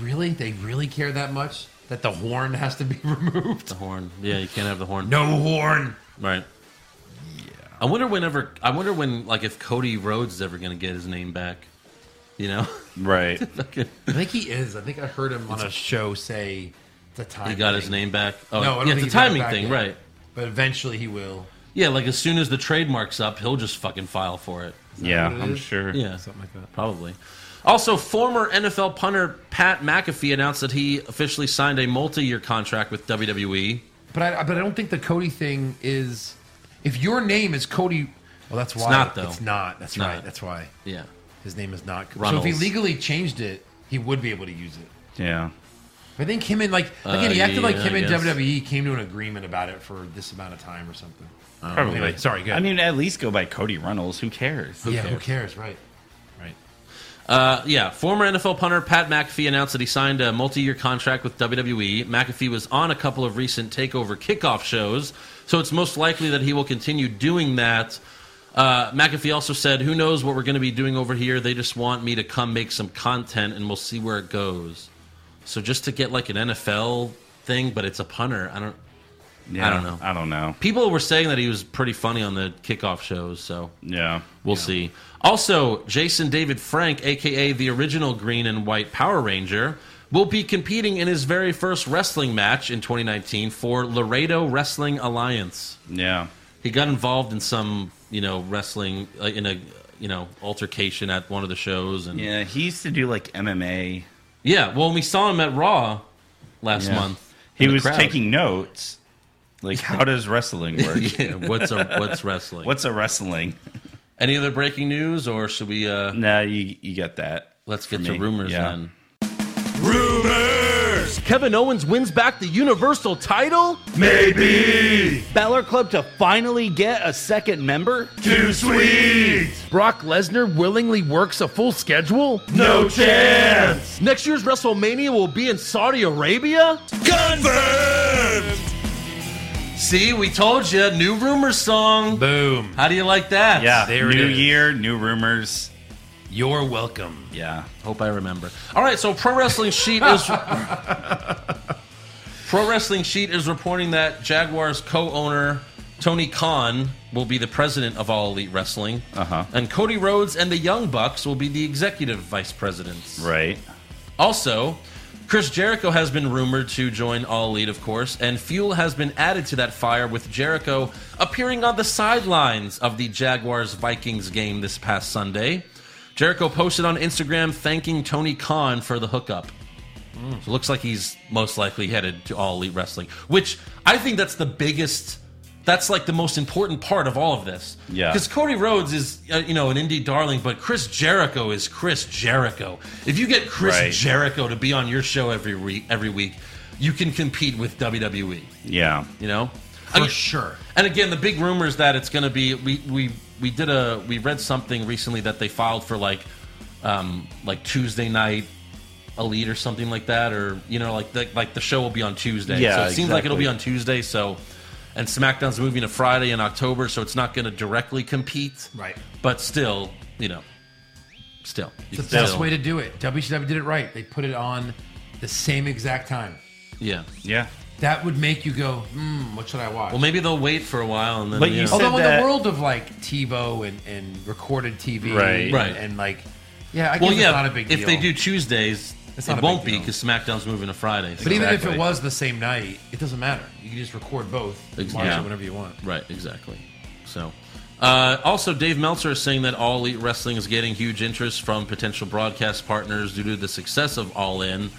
really? They really care that much that the horn has to be removed? The horn. Yeah, you can't have the horn. No horn. Right. Yeah. I wonder whenever. I wonder when, like, if Cody Rhodes is ever going to get his name back. You know? Right. Fucking- I think he is. I think I heard him on a show say the time. he got thing. his name back. Oh, No, I don't yeah, think it's a he's got it timing back thing, yet. right? But eventually he will. Yeah, like as soon as the trademark's up, he'll just fucking file for it. Yeah, what it I'm is? sure. Yeah. Something like that. Probably. Also, former NFL punter Pat McAfee announced that he officially signed a multi-year contract with E. WWE. But I, but I don't think the Cody thing is. If your name is Cody, well, that's why not, though. It's not. That's It's right. not. That's why Yeah. his name is not. So if Runnels. he legally changed it, he would be able to use it. Yeah. I think him and like again, Uh, he acted yeah, like him I and guess. WWE came to an agreement about it for this amount of time or something. Oh. Probably. Anyway, sorry, good. I mean, at least go by Cody Runnels. Who cares? yeah, who cares, right? Right. Uh, yeah, former NFL punter Pat McAfee announced that he signed a multi-year contract with WWE. McAfee was on a couple of recent Takeover kickoff shows, so it's most likely that he will continue doing that. Uh, McAfee also said, "Who knows what we're going to be doing over here? They just want me to come make some content, and we'll see where it goes." So just to get like an NFL thing, but it's a punter. I don't. Yeah. I don't know. I don't know. People were saying that he was pretty funny on the kickoff shows, so Yeah. We'll see. Also, Jason David Frank, aka the original Green and White Power Ranger, will be competing in his very first wrestling match in 2019 for Laredo Wrestling Alliance. Yeah. he got involved in some you know wrestling uh, in a you know altercation at one of the shows and Yeah, he used to do like MMA. Yeah, well, we saw him at Raw last Yeah. month. He in the was crowd. taking notes. Like, how does wrestling work? yeah, what's a, what's wrestling? What's a wrestling? Any other breaking news, or should we? Uh, Nah, you you get that. let's get for to me. rumors Yeah. then. Kevin Owens wins back the Universal title? Balor Club to finally get a second member? Brock Lesnar willingly works a full schedule? No chance! Next year's WrestleMania will be in Saudi Arabia? See, we told you, new rumors song. Boom. How do you like that? Yeah, There it new is. year, new rumors. You're welcome. Yeah, Hope I remember. All right, so Pro Wrestling Sheet is Pro Wrestling Sheet is reporting that Jaguars co-owner Tony Khan will be the president of All Elite Wrestling, Uh-huh. and Cody Rhodes and the Young Bucks will be the executive vice presidents. right. Also, Chris Jericho has been rumored to join All Elite, of course, and fuel has been added to that fire with Jericho appearing on the sidelines of the Jaguars Vikings game this past Sunday. Jericho posted on Instagram thanking Tony Khan for the hookup. So it looks like he's most likely headed to All Elite Wrestling, which I think that's the biggest. That's like the most important part of all of this. Yeah. Because Cody Rhodes is, uh, you know, an indie darling, but Chris Jericho is Chris Jericho. If you get Chris Right. Jericho to be on your show every re- every week, you can compete with WWE. Yeah, You know, For Ag- sure. And again, the big rumor is that it's going to be we we we did a we read something recently that they filed for like um like Tuesday night elite or something like that or you know like the, like the show will be on Tuesday. Yeah, so it seems like it'll exactly. be on Tuesday. So and SmackDown's moving to Friday in October, so it's not going to directly compete. Right. But still, you know, still you It's can the best still- way to do it. WCW did it right. They put it on the same exact time. yeah. yeah. That would make you go, hmm, what should I watch? Well, maybe they'll wait for a while and then. But you you know. said- Although in that- the world of like TiVo and, and recorded TV, Right. and, Right. and like, yeah, I guess well, it's yeah. not a big if deal. they do Tuesdays, It's not it a big won't be deal. because SmackDown's moving to Friday. so- but even if it Exactly. was the same night, it doesn't matter. You can just record both, and Ex- watch yeah. it whenever you want. Right, exactly. So, uh, also, Dave Meltzer is saying that All Elite Wrestling is getting huge interest from potential broadcast partners due to the success of All In,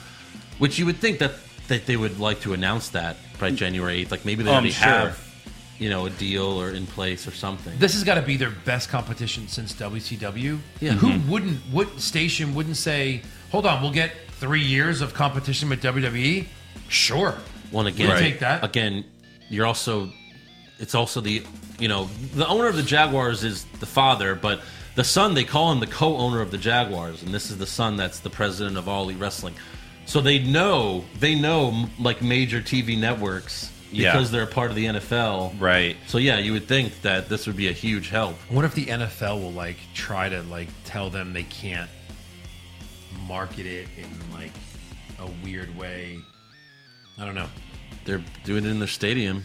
which you would think that, that they would like to announce that by January 8th. Like maybe they Mm. Oh, I'm already sure. have, you know, a deal or in place or something. This has got to be their best competition since WCW. Yeah. Who wouldn't? What station wouldn't say, "Hold on, we'll get three years of competition with WWE"? Sure. One again, We'll take that. Again, you're also it's also the you know the owner of the Jaguars is the father, but the son they call him the co-owner of the Jaguars, and this is the son that's the president of All Elite Wrestling. So they know they know m- like major TV networks Yeah. because they're a part of the NFL, Right. So yeah, you would think that this would be a huge help. I wonder if the NFL will like try to like tell them they can't market it in like a weird way. I don't know. They're doing it in their stadium.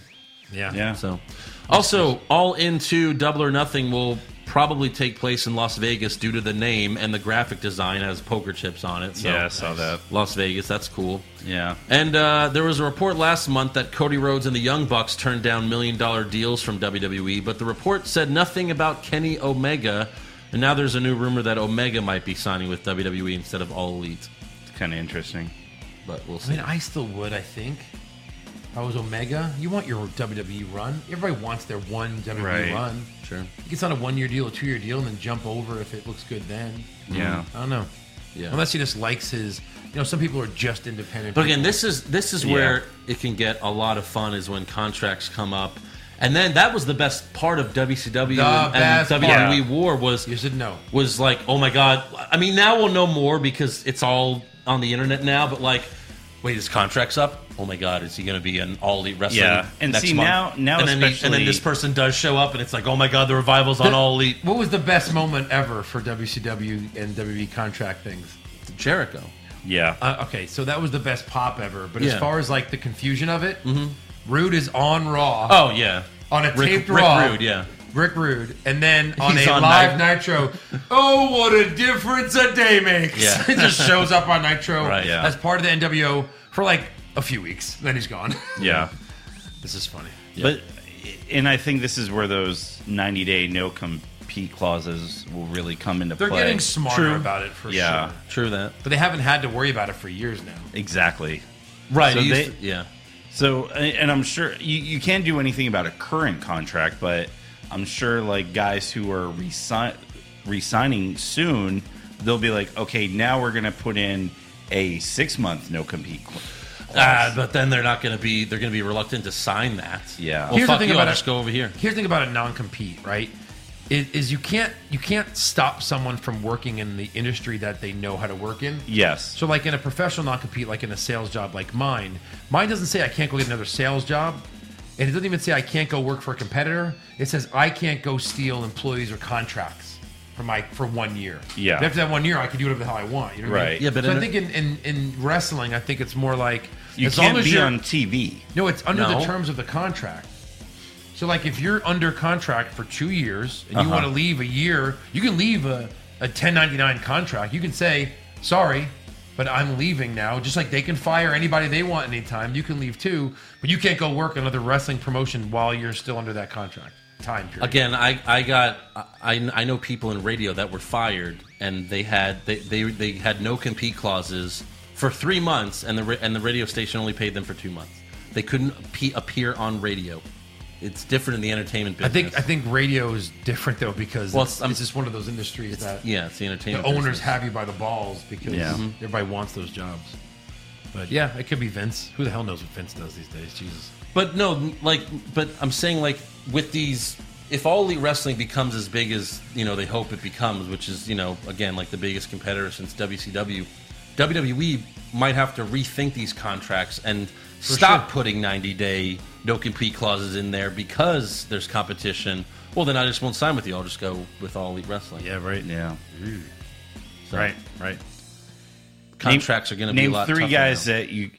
Yeah. Yeah. So, also, All In 2 Double or Nothing will probably take place in Las Vegas due to the name and the graphic design has poker chips on it. So, yeah, I saw that. Las Vegas, that's cool. Yeah. And uh, there was a report last month that Cody Rhodes and the Young Bucks turned down million dollar deals from WWE, but the report said nothing about Kenny Omega. And now there's a new rumor that Omega might be signing with WWE instead of All Elite. It's kind of interesting. But we'll I see. mean, I still would. I think. If I was Omega. You want your WWE run? Everybody wants their one WWE Right. run. Sure. You can sign a one-year deal, a two-year deal, and then jump over if it looks good. Then. Mm-hmm. Yeah. I don't know. Yeah. Unless he just likes his. You know, some people are just independent. But again, people. this is this is where it can get a lot of fun is when contracts come up. And then that was the best part of WCW The and, and best WWE part. War was you should know. was like, oh my god. I mean, now we'll know more because it's all on the internet now. But like, wait, his contract's up. Oh my god, is he going to be an all elite wrestling? Yeah. And next see, month? now- now and then, he- and then especially- this person does show up, and it's like, oh my god, the revival's on all elite. What was the best moment ever for WCW and WWE contract things? Jericho. Yeah. Uh, okay, so that was the best pop ever. But Yeah. Mm-hmm. as far as like the confusion of it, Rude is on Raw Oh yeah, on a Rick, taped Rick Raw. Rude, yeah. Rick Rude, and then on He's a on live Nitro. Oh, what a difference a day makes! Yeah. it just shows up on Nitro Right, yeah. as part of the NWO for like a few weeks. Then he's gone. yeah. this is funny. But and I think this is where those 90 day no compete clauses will really come into They're play. getting smarter about it for yeah, sure. True that. But they haven't had to worry about it for years now. exactly. Right. So it used they- to- yeah. So, and I'm sure you, you can't do anything about a current contract, but I'm sure like guys who are resign, resigning soon, they'll be like, okay, now we're going to put in a six month no compete. cla- Ah, but then they're not going to be. They're going to be reluctant to sign that. Yeah. Well, Here's the fuck thing you. about I'll it. just go over here. Here's the thing about a non-compete, right? Is, is you can't you can't stop someone from working in the industry that they know how to work in. Yes. So, like in a professional non-compete, like in a sales job, like mine, mine doesn't say I can't go get another sales job, and it doesn't even say I can't go work for a competitor. It says I can't go steal employees or contracts for my for one year. Yeah. But after that one year, I can do whatever the hell I want. You know what I mean? Right. Yeah, but so in I a- think in, in in wrestling, I think it's more like You as can't long as be you're on TV. no, it's under the No. terms of the contract. So, like, if you're under contract for two years and you want to leave a year, you can leave a, a 1099 contract. You can say, sorry, but I'm leaving now. Just like they can fire anybody they want anytime, you can leave too, but you can't go work another wrestling promotion while you're still under that contract time period. Again, I, I got I, I know people in radio that were fired and they had they, they, they had no compete clauses for three months and the ra- and the radio station only paid them for two months. They couldn't appe- appear on radio. It's different in the entertainment I business. think I think radio is different though because Well, it's, it's- I'm- it's just one of those industries that yeah, it's the the entertainment. owners business. have you by the balls because Yeah. Mhm. everybody wants those jobs. But yeah, it could be Vince. Who the hell knows what Vince does these days? Jesus. But no, like, but I'm saying like with these, if all elite wrestling becomes as big as you know they hope it becomes, which is you know again like the biggest competitor since WCW, WWE E might have to rethink these contracts and stop putting 90 day no compete clauses in there because there's competition. Well, then I just won't sign with you. I'll just go with all elite wrestling. Yeah, right. Yeah. So right. Contracts are going to be a Name lot three tougher guys now. that you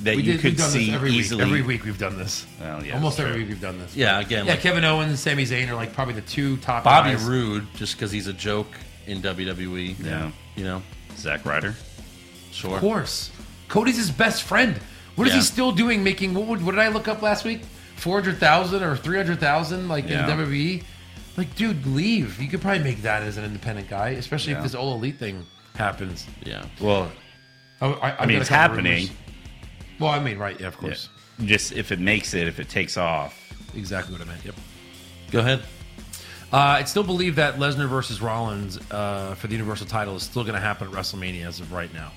that We you did, could we've done see this every easily. Week. Every week we've done this. Well, yeah, Almost that's every true. week we've done this. Yeah, again, Yeah, like Kevin Owens and Sami Zayn are like probably the two top Bobby guys. Roode, just because he's a joke in WWE. Yeah. you know, Zack Ryder. sure. Of course. Cody's his best friend. What is Yeah. he still doing making what, would, what did I look up last week? 400,000 or 300,000 like Yeah. in WWE? Like dude, leave. You could probably make that as an independent guy, especially Yeah. if this all elite thing happens. Yeah. Well, I, Oh, I, I've I mean, got a it's couple happening. rumors. Well, I mean, right, yeah, of course. Just if it makes it, if it takes off. Exactly what I meant. Yep. Go ahead. Uh, I still believe that Lesnar versus Rollins uh, for the Universal title is still going to happen at WrestleMania as of right now.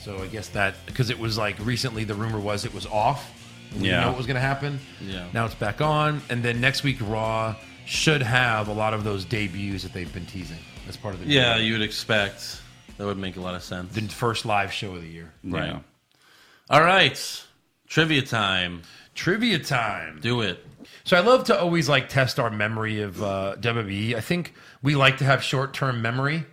So I guess that because it was like recently the rumor was it was off. We Yeah. didn't know it was going to happen. Yeah. Now it's back on, and then next week Raw should have a lot of those debuts that they've been teasing as part of the Yeah, you would expect. That would make a lot of sense. the first live show of the year. Right. All right. Trivia time. Trivia time. Do it. So I love to always like test our memory of uh, WWE. I think we like to have short term memory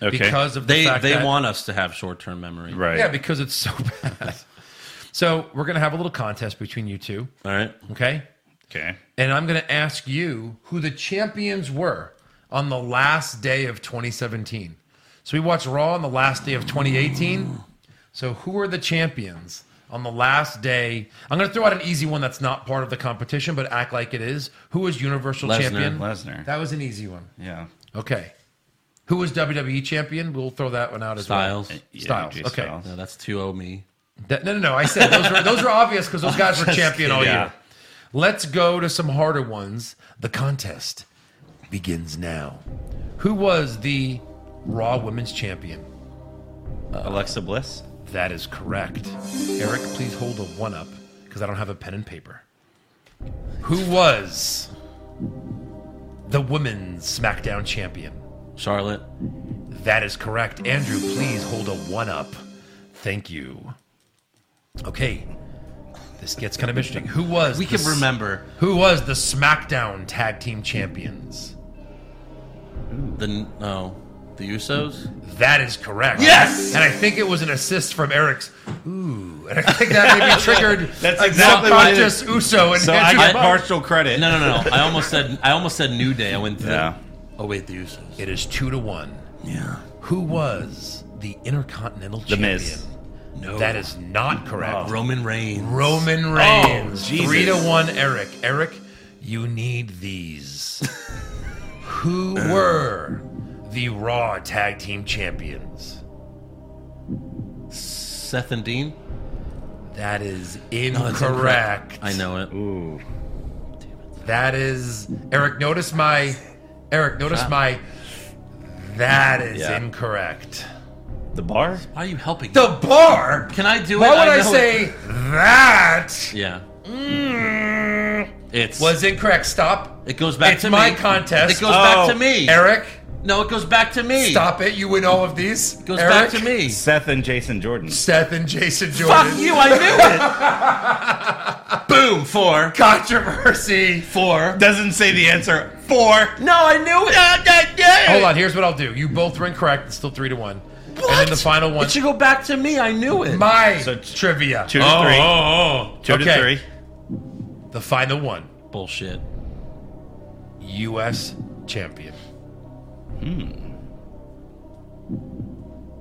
Okay. because of the They fact they that- want us to have short term memory. Right. Yeah, because it's so bad. so we're gonna have a little contest between you two, All right. okay? okay. And I'm gonna ask you who the champions were on the last day of 2017. So we watched Raw on the last day of 2018. So who are the champions on the last day? I'm gonna throw out an easy one that's not part of the competition, but act like it is. Who was Universal Lesnar. Champion? Lesnar. That was an easy one. Yeah. Okay. Who was WWE Champion? We'll throw that one out as Styles. well. Yeah, Styles. AJ okay. Styles. No, that's 2 me. That- no, no, no. I said those were those were obvious because those guys were champion all year. Let's go to some harder ones. The contest begins now. Who was the Raw Women's Champion? Alexa Bliss. That is correct. Eric, please hold a one up because I don't have a pen and paper. Who was the Women's SmackDown Champion? Charlotte. That is correct. Andrew, please hold a one up. Thank you. Okay. This gets kind of interesting. Who was We the can remember Who was the SmackDown Tag Team Champions? the no, the Usos. That is correct. Yes. And I think it was an assist from Eric's. Ooh. And I think that maybe triggered That's a exactly what it is. subconscious Uso and So I Andrew get Bob. partial credit. No, no, no. I almost said I almost said New Day. I went through. Yeah. Oh wait, the Usos. It is two to one. Yeah. Who was the Intercontinental The Champion? Miz. Oh. No. That is not correct. Roman Reigns. Roman Reigns. Jesus. Three to one, Eric. Eric, You need these. Who were the Raw Tag Team Champions? Seth and Dean? That is That's incorrect. I know it. That is Eric. Notice my Eric. Notice my. That is Yeah. incorrect. The bar? Why are you helping? me? The bar. Can I do it? Why would I, know it. say that Yeah. It's Mm. was incorrect? Stop, it goes back it's to my me. contest. It goes back Oh, to me. Eric. No, it goes back to me. Stop it. You win all of these. It goes Eric, back to me. Seth and Jason Jordan. Seth and Jason Jordan. Fuck you! I knew it. Boom. Four. Controversy. Four. Doesn't say the answer. Four. No, I knew it. Hold on. Here's what I'll do. You both were incorrect. It's still three to one. And then the final one. It should go back to me. I knew it. my So it's trivia. Two to Oh, three. oh, oh. Two Okay. to three. The final one. Bullshit. U.S. champion.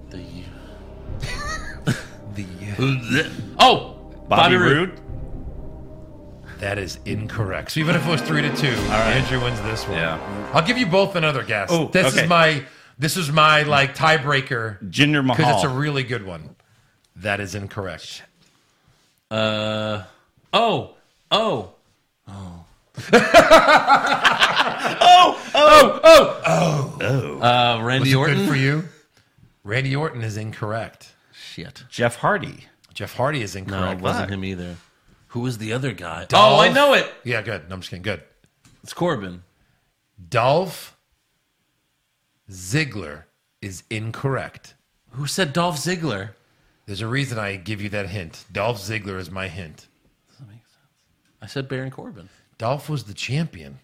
The The oh, Bobby, Bobby Roode. Roode. that is incorrect. So even if it was three to two, Andrew wins this one. Yeah. I'll give you both another guess. Oh, this okay. is my this is my like tiebreaker Jinder because Mahal. it's a really good one. That is incorrect. Oh, oh. Oh. oh, oh, oh, oh, Uh, Randy Was it Orton. good for you? Randy Orton is incorrect. Shit. Jeff Hardy. Jeff Hardy is incorrect. No, it wasn't him either. Who was the other guy? Dolph- Oh, I know it. Yeah, good. No, I'm just kidding. Good. It's Corbin. Dolph Ziggler is incorrect. Who said Dolph Ziggler? There's a reason I give you that hint. Dolph Ziggler is my hint. I said Baron Corbin. Dolph was the champion,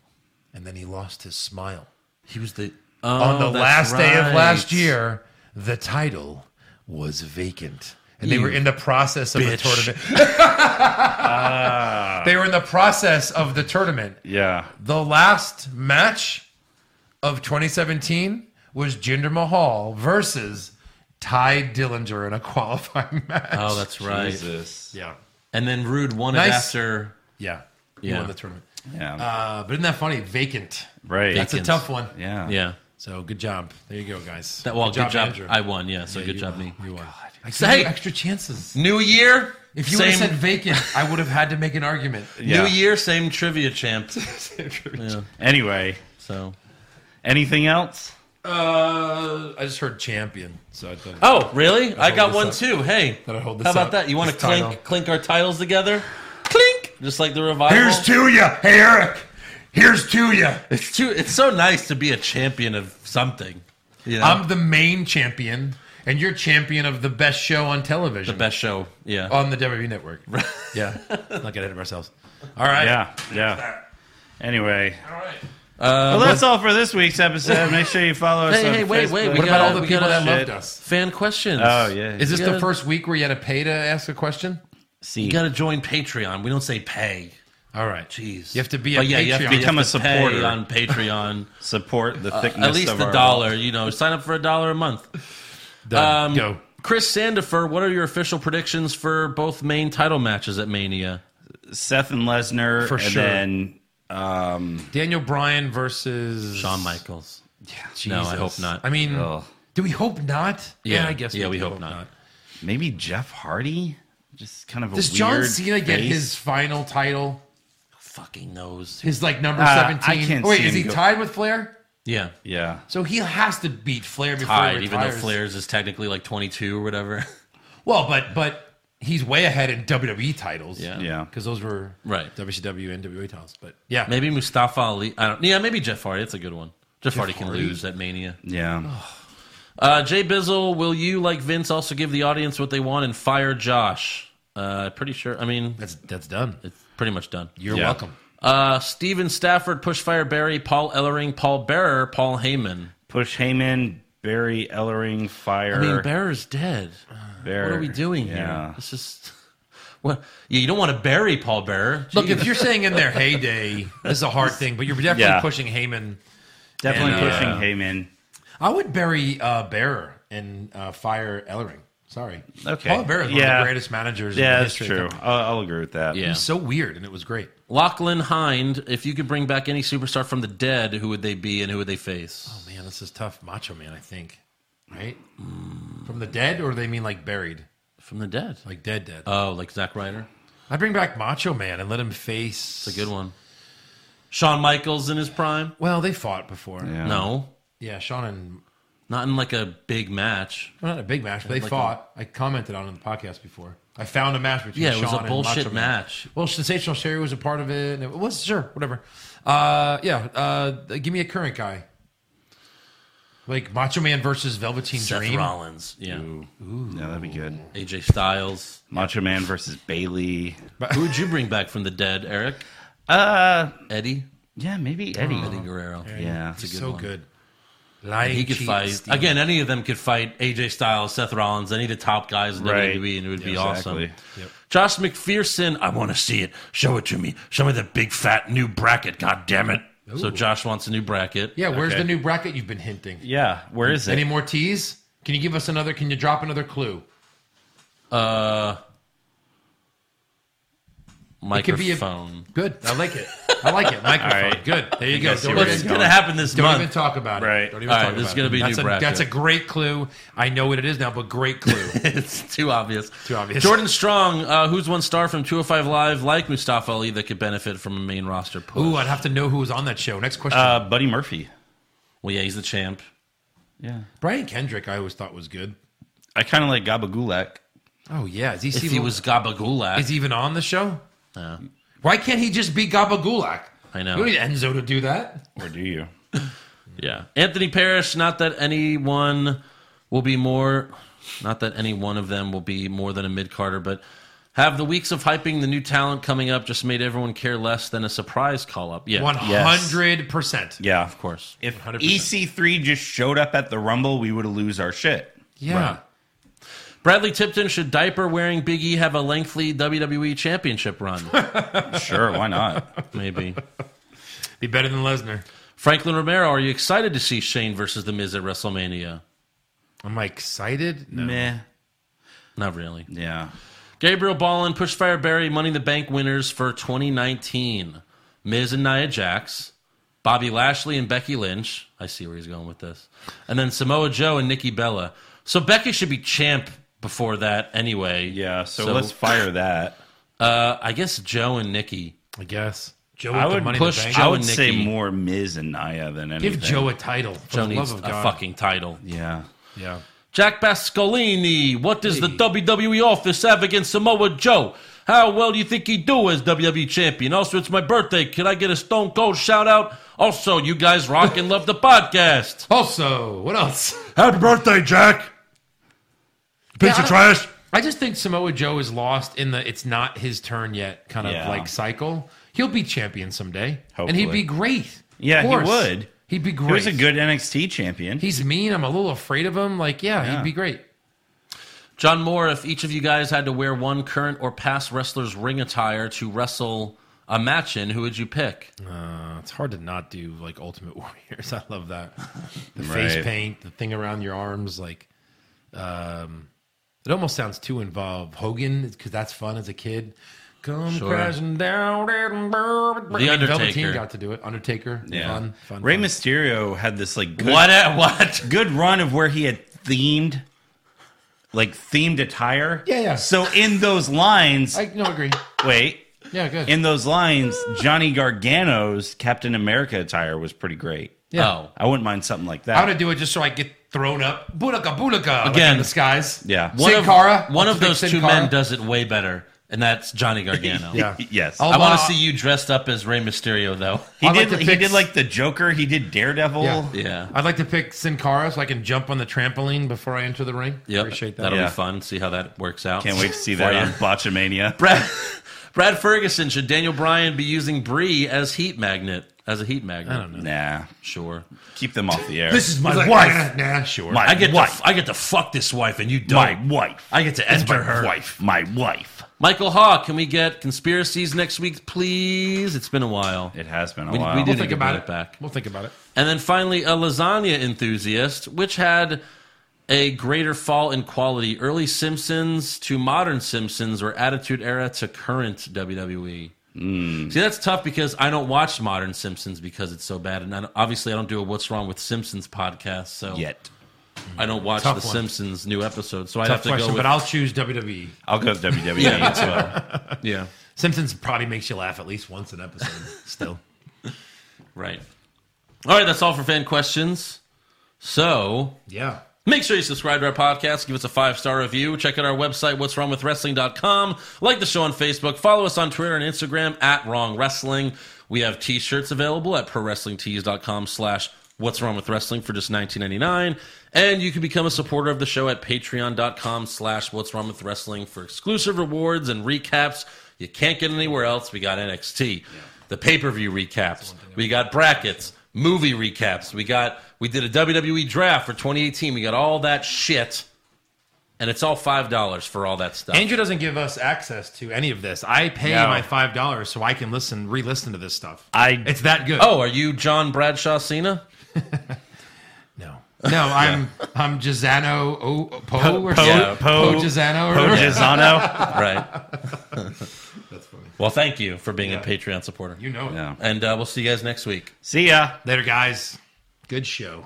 and then he lost his smile. He was the oh, On the that's last day of last right. year, the title was vacant. And they You were in the process of the bitch. tournament. they were in the process of the tournament. Yeah. The last match of 2017 was Jinder Mahal versus Ty Dillinger in a qualifying match. Oh, that's right. Jesus. yeah, And then Rude won Nice. it after. yeah. He Yeah. won the tournament. Yeah. Uh, but isn't that funny? Vacant. right. That's a Vacant. tough one. yeah. Yeah. So good job. There you go, guys. That well, good job. Andrew. I won. Yeah. So good you job won. me. You won. I gave So, you hey. extra chances. New year. If you would same have said vacant, I would have had to make an argument. Yeah. New year, same trivia champ. Anyway, So. anything else? Uh, I just heard champion, so I thought. Oh, really? I got this one up. too. Hey, Gotta hold this how about up. that? You want to This clink title. clink our titles together? Clink, just like the revival. to you, hey Eric. Here's to you. It's too. It's so nice to be a champion of something. You know, I'm the main champion, and you're champion of the best show on television, the best show. Yeah. on the WWE network. yeah, not get ahead of ourselves. All right. Yeah. Yeah. Anyway, Uh, well, that's all for this week's episode. Make sure you follow us. Hey, on hey, wait, wait, Facebook. we What about gotta- all the we people gotta- that loved shit. us? fan questions. Oh yeah. Is this gotta- the first week where you had to pay to ask a question? See, You got to join Patreon. We don't say pay. All right. Jeez. You have to be a But yeah, you have Patreon. to Become you a have to pay supporter. on Patreon. support the thickness Uh, At least of the our- dollar. You know, sign up for a dollar a month. Done. Go. Um, Chris Sandifer, what are your official predictions for both main title matches at Mania? Seth and Lesnar, For and sure. then Daniel Bryan versus Shawn Michaels. Jesus. No, I hope not. I mean, Ugh. do we hope not? Yeah. eh, I guess. Yeah, we do hope not. maybe Jeff Hardy. Just kind of a Does weird John Cena get face. his final title? Fucking knows. His like number Uh, I seventeen. can't oh, wait, see is him he go- tied with Flair? Yeah. Yeah. So he has to beat Flair before he Tied, retires. even though Flair's is technically like 22 or whatever. Well, but but he's way ahead in WWE titles. Yeah. Yeah. because those were Right. WCW and WWE titles. But yeah, Maybe Mustafa Ali. I don't. Yeah, maybe Jeff Hardy. That's a good one. Jeff, Hardy can Hardy? lose at Mania. Yeah. Uh, Jay Bizzle, will you, like Vince, also give the audience what they want and fire Josh? Uh, pretty sure. I mean, that's that's done. it's pretty much done. You're Yeah. welcome. Uh, Steven Stafford, Push Fire Barry, Paul Ellering, Paul Bearer, Paul Heyman. Push Heyman, Barry Ellering, Fire. I mean, Bearer's dead. Bear. What are we doing here? Yeah. This is what yeah, you don't want to bury Paul Bearer. Look, if you're saying in their heyday, this is a hard thing, but you're definitely Yeah. pushing Heyman. Definitely And, uh, pushing Heyman. I would bury uh, Bearer and uh, fire Ellering. Sorry. Okay. Paul Bear is one of Yeah. the greatest managers in Yeah, the that's history. true. I'll, I'll agree with that. Yeah. He's so weird, and it was great. Lachlan Hind, if you could bring back any superstar from the dead, who would they be and who would they face? Man, this is tough. Macho Man, I think. Right? From the dead, or they mean like buried? From the dead. Like, Like dead, dead. oh, like Zack Ryder? I bring back Macho Man and let him face. It's a good one. Shawn Michaels in his prime? Well, they fought before. Yeah, No. Sean and. Not in like a big match. Well, not a big match, but they like fought. I commented on it in the podcast before. I found a match between Yeah, Sean it was a and bullshit Macho Man. match. Well, Sensational Sherry was a part of it. And it was sure, whatever. Uh, yeah, uh, give me a current guy. Like Macho Man versus Velveteen Seth Dream. Rollins. Yeah. Yeah, that'd be good. AJ Styles. Macho Man versus Bailey. who would you bring back from the dead, Eric? Uh, Eddie? yeah, maybe Eddie. Eddie Guerrero. Yeah. It's a good so one. good. Like He could E fight again. Any of them could fight AJ Styles, Seth Rollins, any of the top guys in Right. WWE, and it would be exactly. awesome. Josh McPherson, I want to see it. Show it to me. Show me the big fat new bracket. God damn it! So Josh wants a new bracket. Yeah, where's Okay. the new bracket you've been hinting? Yeah. Where is Any it? more teas? Can you give us another? Can you drop another clue? It could be a microphone. Good. I like it. I like it. Microphone. right. Good. There you go. I see Don't where even- It's he's gonna happen this Don't month. even talk about it. Right. Don't even All talk right, this about is gonna it. be that's new a, bracket. That's a great clue. I know what it is now, but great clue. it's too obvious. Too obvious. Jordan Strong, uh, who's one star from 205 Live, like Mustafa Ali, that could benefit from a main roster push. Ooh, I'd have to know who was on that show. Next question. Uh, Buddy Murphy. Well, yeah, he's the champ. Yeah. Brian Kendrick, I always thought was good. I kind of like Gaba Gulak. Oh yeah, is he, If even, he was Gabagulak, is he even on the show? Why can't he just be Gabagulak? I know. You don't need Enzo to do that. Or do you? Yeah. Anthony Parrish, not that anyone will be more not that any one of them will be more than a mid Carter, but have the weeks of hyping the new talent coming up just made everyone care less than a surprise call up. Yeah. One hundred percent. Yeah. Of course. If 100%. EC3 just showed up at the Rumble, we would lose our shit. Yeah. Bradley Tipton, should diaper wearing Big E have a lengthy WWE championship run? Sure, why not? Maybe. Be better than Lesnar. Franklin Romero, are you excited to see Shane versus The Miz at WrestleMania? Am I excited? No. Meh. Not really. Yeah. Gabriel Ballin, Pushfire Barry, Money in the Bank winners for 2019. Miz and Nia Jax, Bobby Lashley and Becky Lynch. I see where he's going with this. And then Samoa Joe and Nikki Bella. So Becky should be champ before that anyway. Yeah. So, let's fire that. uh, I guess Joe and Nikki. I guess. Joe I with the would money push in the bank. Joe I would and say Nikki. more Miz and Naya than anything. Give Joe a title. For Joe the needs love a of God. fucking title. Yeah. Yeah. Jack Bascolini, what does the WWE office have against Samoa Joe? How well do you think he do as WWE champion? Also, it's my birthday. Can I get a Stone Cold shout out? Also, you guys rock and love the podcast. Also, what else? Happy birthday, Jack. Piece Yeah, I- of trash. I just think Samoa Joe is lost in the it's not his turn yet kind of Yeah. like cycle. He'll be champion someday, and he'd Hopefully. be great. Yeah, Of he course. would. He'd be great. He was a good NXT champion. He's mean. I'm a little afraid of him. Like, yeah, Yeah. he'd be great. John Moore, if each of you guys had to wear one current or past wrestler's ring attire to wrestle a match in, who would you pick? Uh, it's hard to not do like Ultimate Warriors. I love that. The Right. face paint, the thing around your arms, like, um, it almost sounds too involved. Hogan, because that's fun as a kid. Come Sure. crashing down. The Undertaker. Velveteen got to do it. Undertaker. yeah. Fun, fun, Rey fun. Mysterio had this like good, What? a- What? good run of where he had themed like themed attire. Yeah, yeah. So in those lines, I no agree. wait, Yeah, good. in those lines, Johnny Gargano's Captain America attire was pretty great. yeah. Oh. I wouldn't mind something like How that. to do it just so I get thrown up. Bootaka, bootaka. Again. Again. in the skies. yeah. Sin of, Cara. one of Let's pick those Sin two Cara. men does it way better, and that's Johnny Gargano. Yeah. Yes. I'll- I want to Wow. see you dressed up as Rey Mysterio, though. he I'd like did to he pick- did like the Joker, he did Daredevil. Yeah. Yeah. I'd like to pick Sin Cara so I can jump on the trampoline before I enter the ring. Yep. Appreciate that. That'll Yeah. be fun. See how that works out. Can't wait to see For that ya. on Botchamania. Brad, Brad Ferguson, should Daniel Bryan be using Brie as heat magnet? As a heat magnet? I don't know. Nah. Sure. Keep them off the air. This is my wife. Nah, nah, sure. My I get wife. to I get to fuck this wife and you my don't. wife. I get to It's enter my her. wife. My wife. Michael Hawk, can we get conspiracies next week, please? It's been a while. It has been a We- we while. did- we'll think need to about bring it. it back. We'll think about it. And then finally, a lasagna enthusiast, which had a greater fall in quality early Simpsons to modern Simpsons or Attitude Era to current WWE? See, that's tough because I don't watch modern Simpsons because it's so bad. And I don't- obviously, I don't do a What's Wrong with Simpsons podcast. So Yet. I don't watch Tough The one. Simpsons new episodes. So I'd have Tough to question, go with. but I'll choose E. WWE. I'll go with WWE as well. yeah, Simpsons probably makes you laugh at least once an episode. Still, right. All right, that's all for fan questions. So yeah. Make sure you subscribe to our podcast, give us a five star review, check out our website, what's wrong with wrestling.com, like the show on Facebook, follow us on Twitter and Instagram at Wrong Wrestling. We have t shirts available at prowrestlingtees.com slash what's wrong with wrestling for just $19.99. And you can become a supporter of the show at patreon.com slash what's wrong with wrestling for exclusive rewards and recaps. You can't get anywhere else. We got NXT, the pay per view recaps, we got brackets, movie recaps, we got we did a WWE draft for 2018. We got all that shit, and it's all five dollars for all that stuff. Andrew doesn't give us access to any of this. I pay No. my five dollars so I can listen, re-listen to this stuff. I- it's that good. oh, are you John Bradshaw Cena? no, no, I'm I'm Gisano o- Poe or Poe- something. Poe- Poe Gisano or Poe Gisano. Right. That's funny. Well, thank you for being a Patreon supporter, you know it. Yeah. and uh, we'll see you guys next week. See ya. Later, guys. Good show.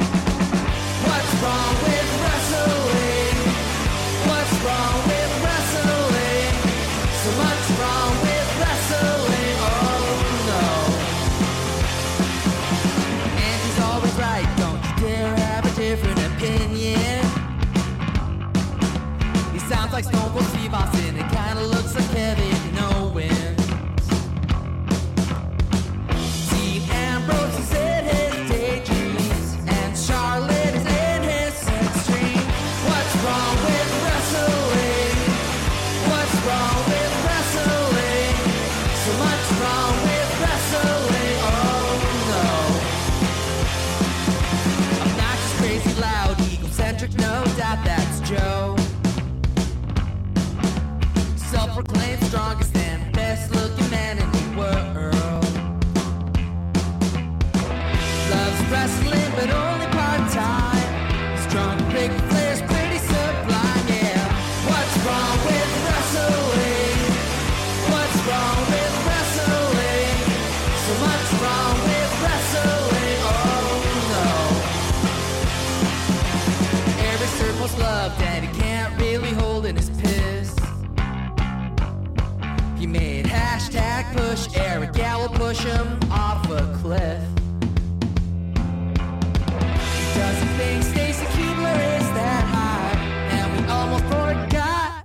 What's wrong with wrestling? What's wrong with wrestling? So much wrong with wrestling. Oh no. And he's always right. Don't you dare have a different opinion. He sounds like Stone Cold Steve Austin. It kinda looks like Kevin Owens. Dean Ambrose is in his daydreams, and Charlotte is in his sex dream. What's wrong with wrestling? What's wrong with wrestling? So much wrong with wrestling. Oh no. Obnoxious, crazy, loud, egocentric, no doubt that's Joe. Self-proclaimed strongest and best-looking man in the world. Loves wrestling, but only part-time. Strong, big players, pretty sublime, yeah. What's wrong with wrestling? What's wrong with wrestling? So much wrong with wrestling, oh no. Every circle's love that he can't really hold in his piss. He made hashtag push Eric Gallo push him off a cliff. He doesn't think Stacy Kubler is that high, and we almost forgot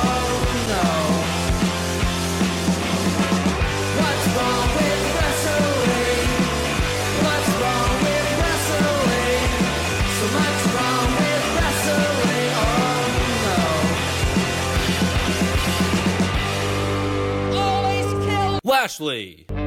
Oh no. What's wrong with wrestling? What's wrong with wrestling? So much wrong with wrestling. Oh no. Always kill. Lashley.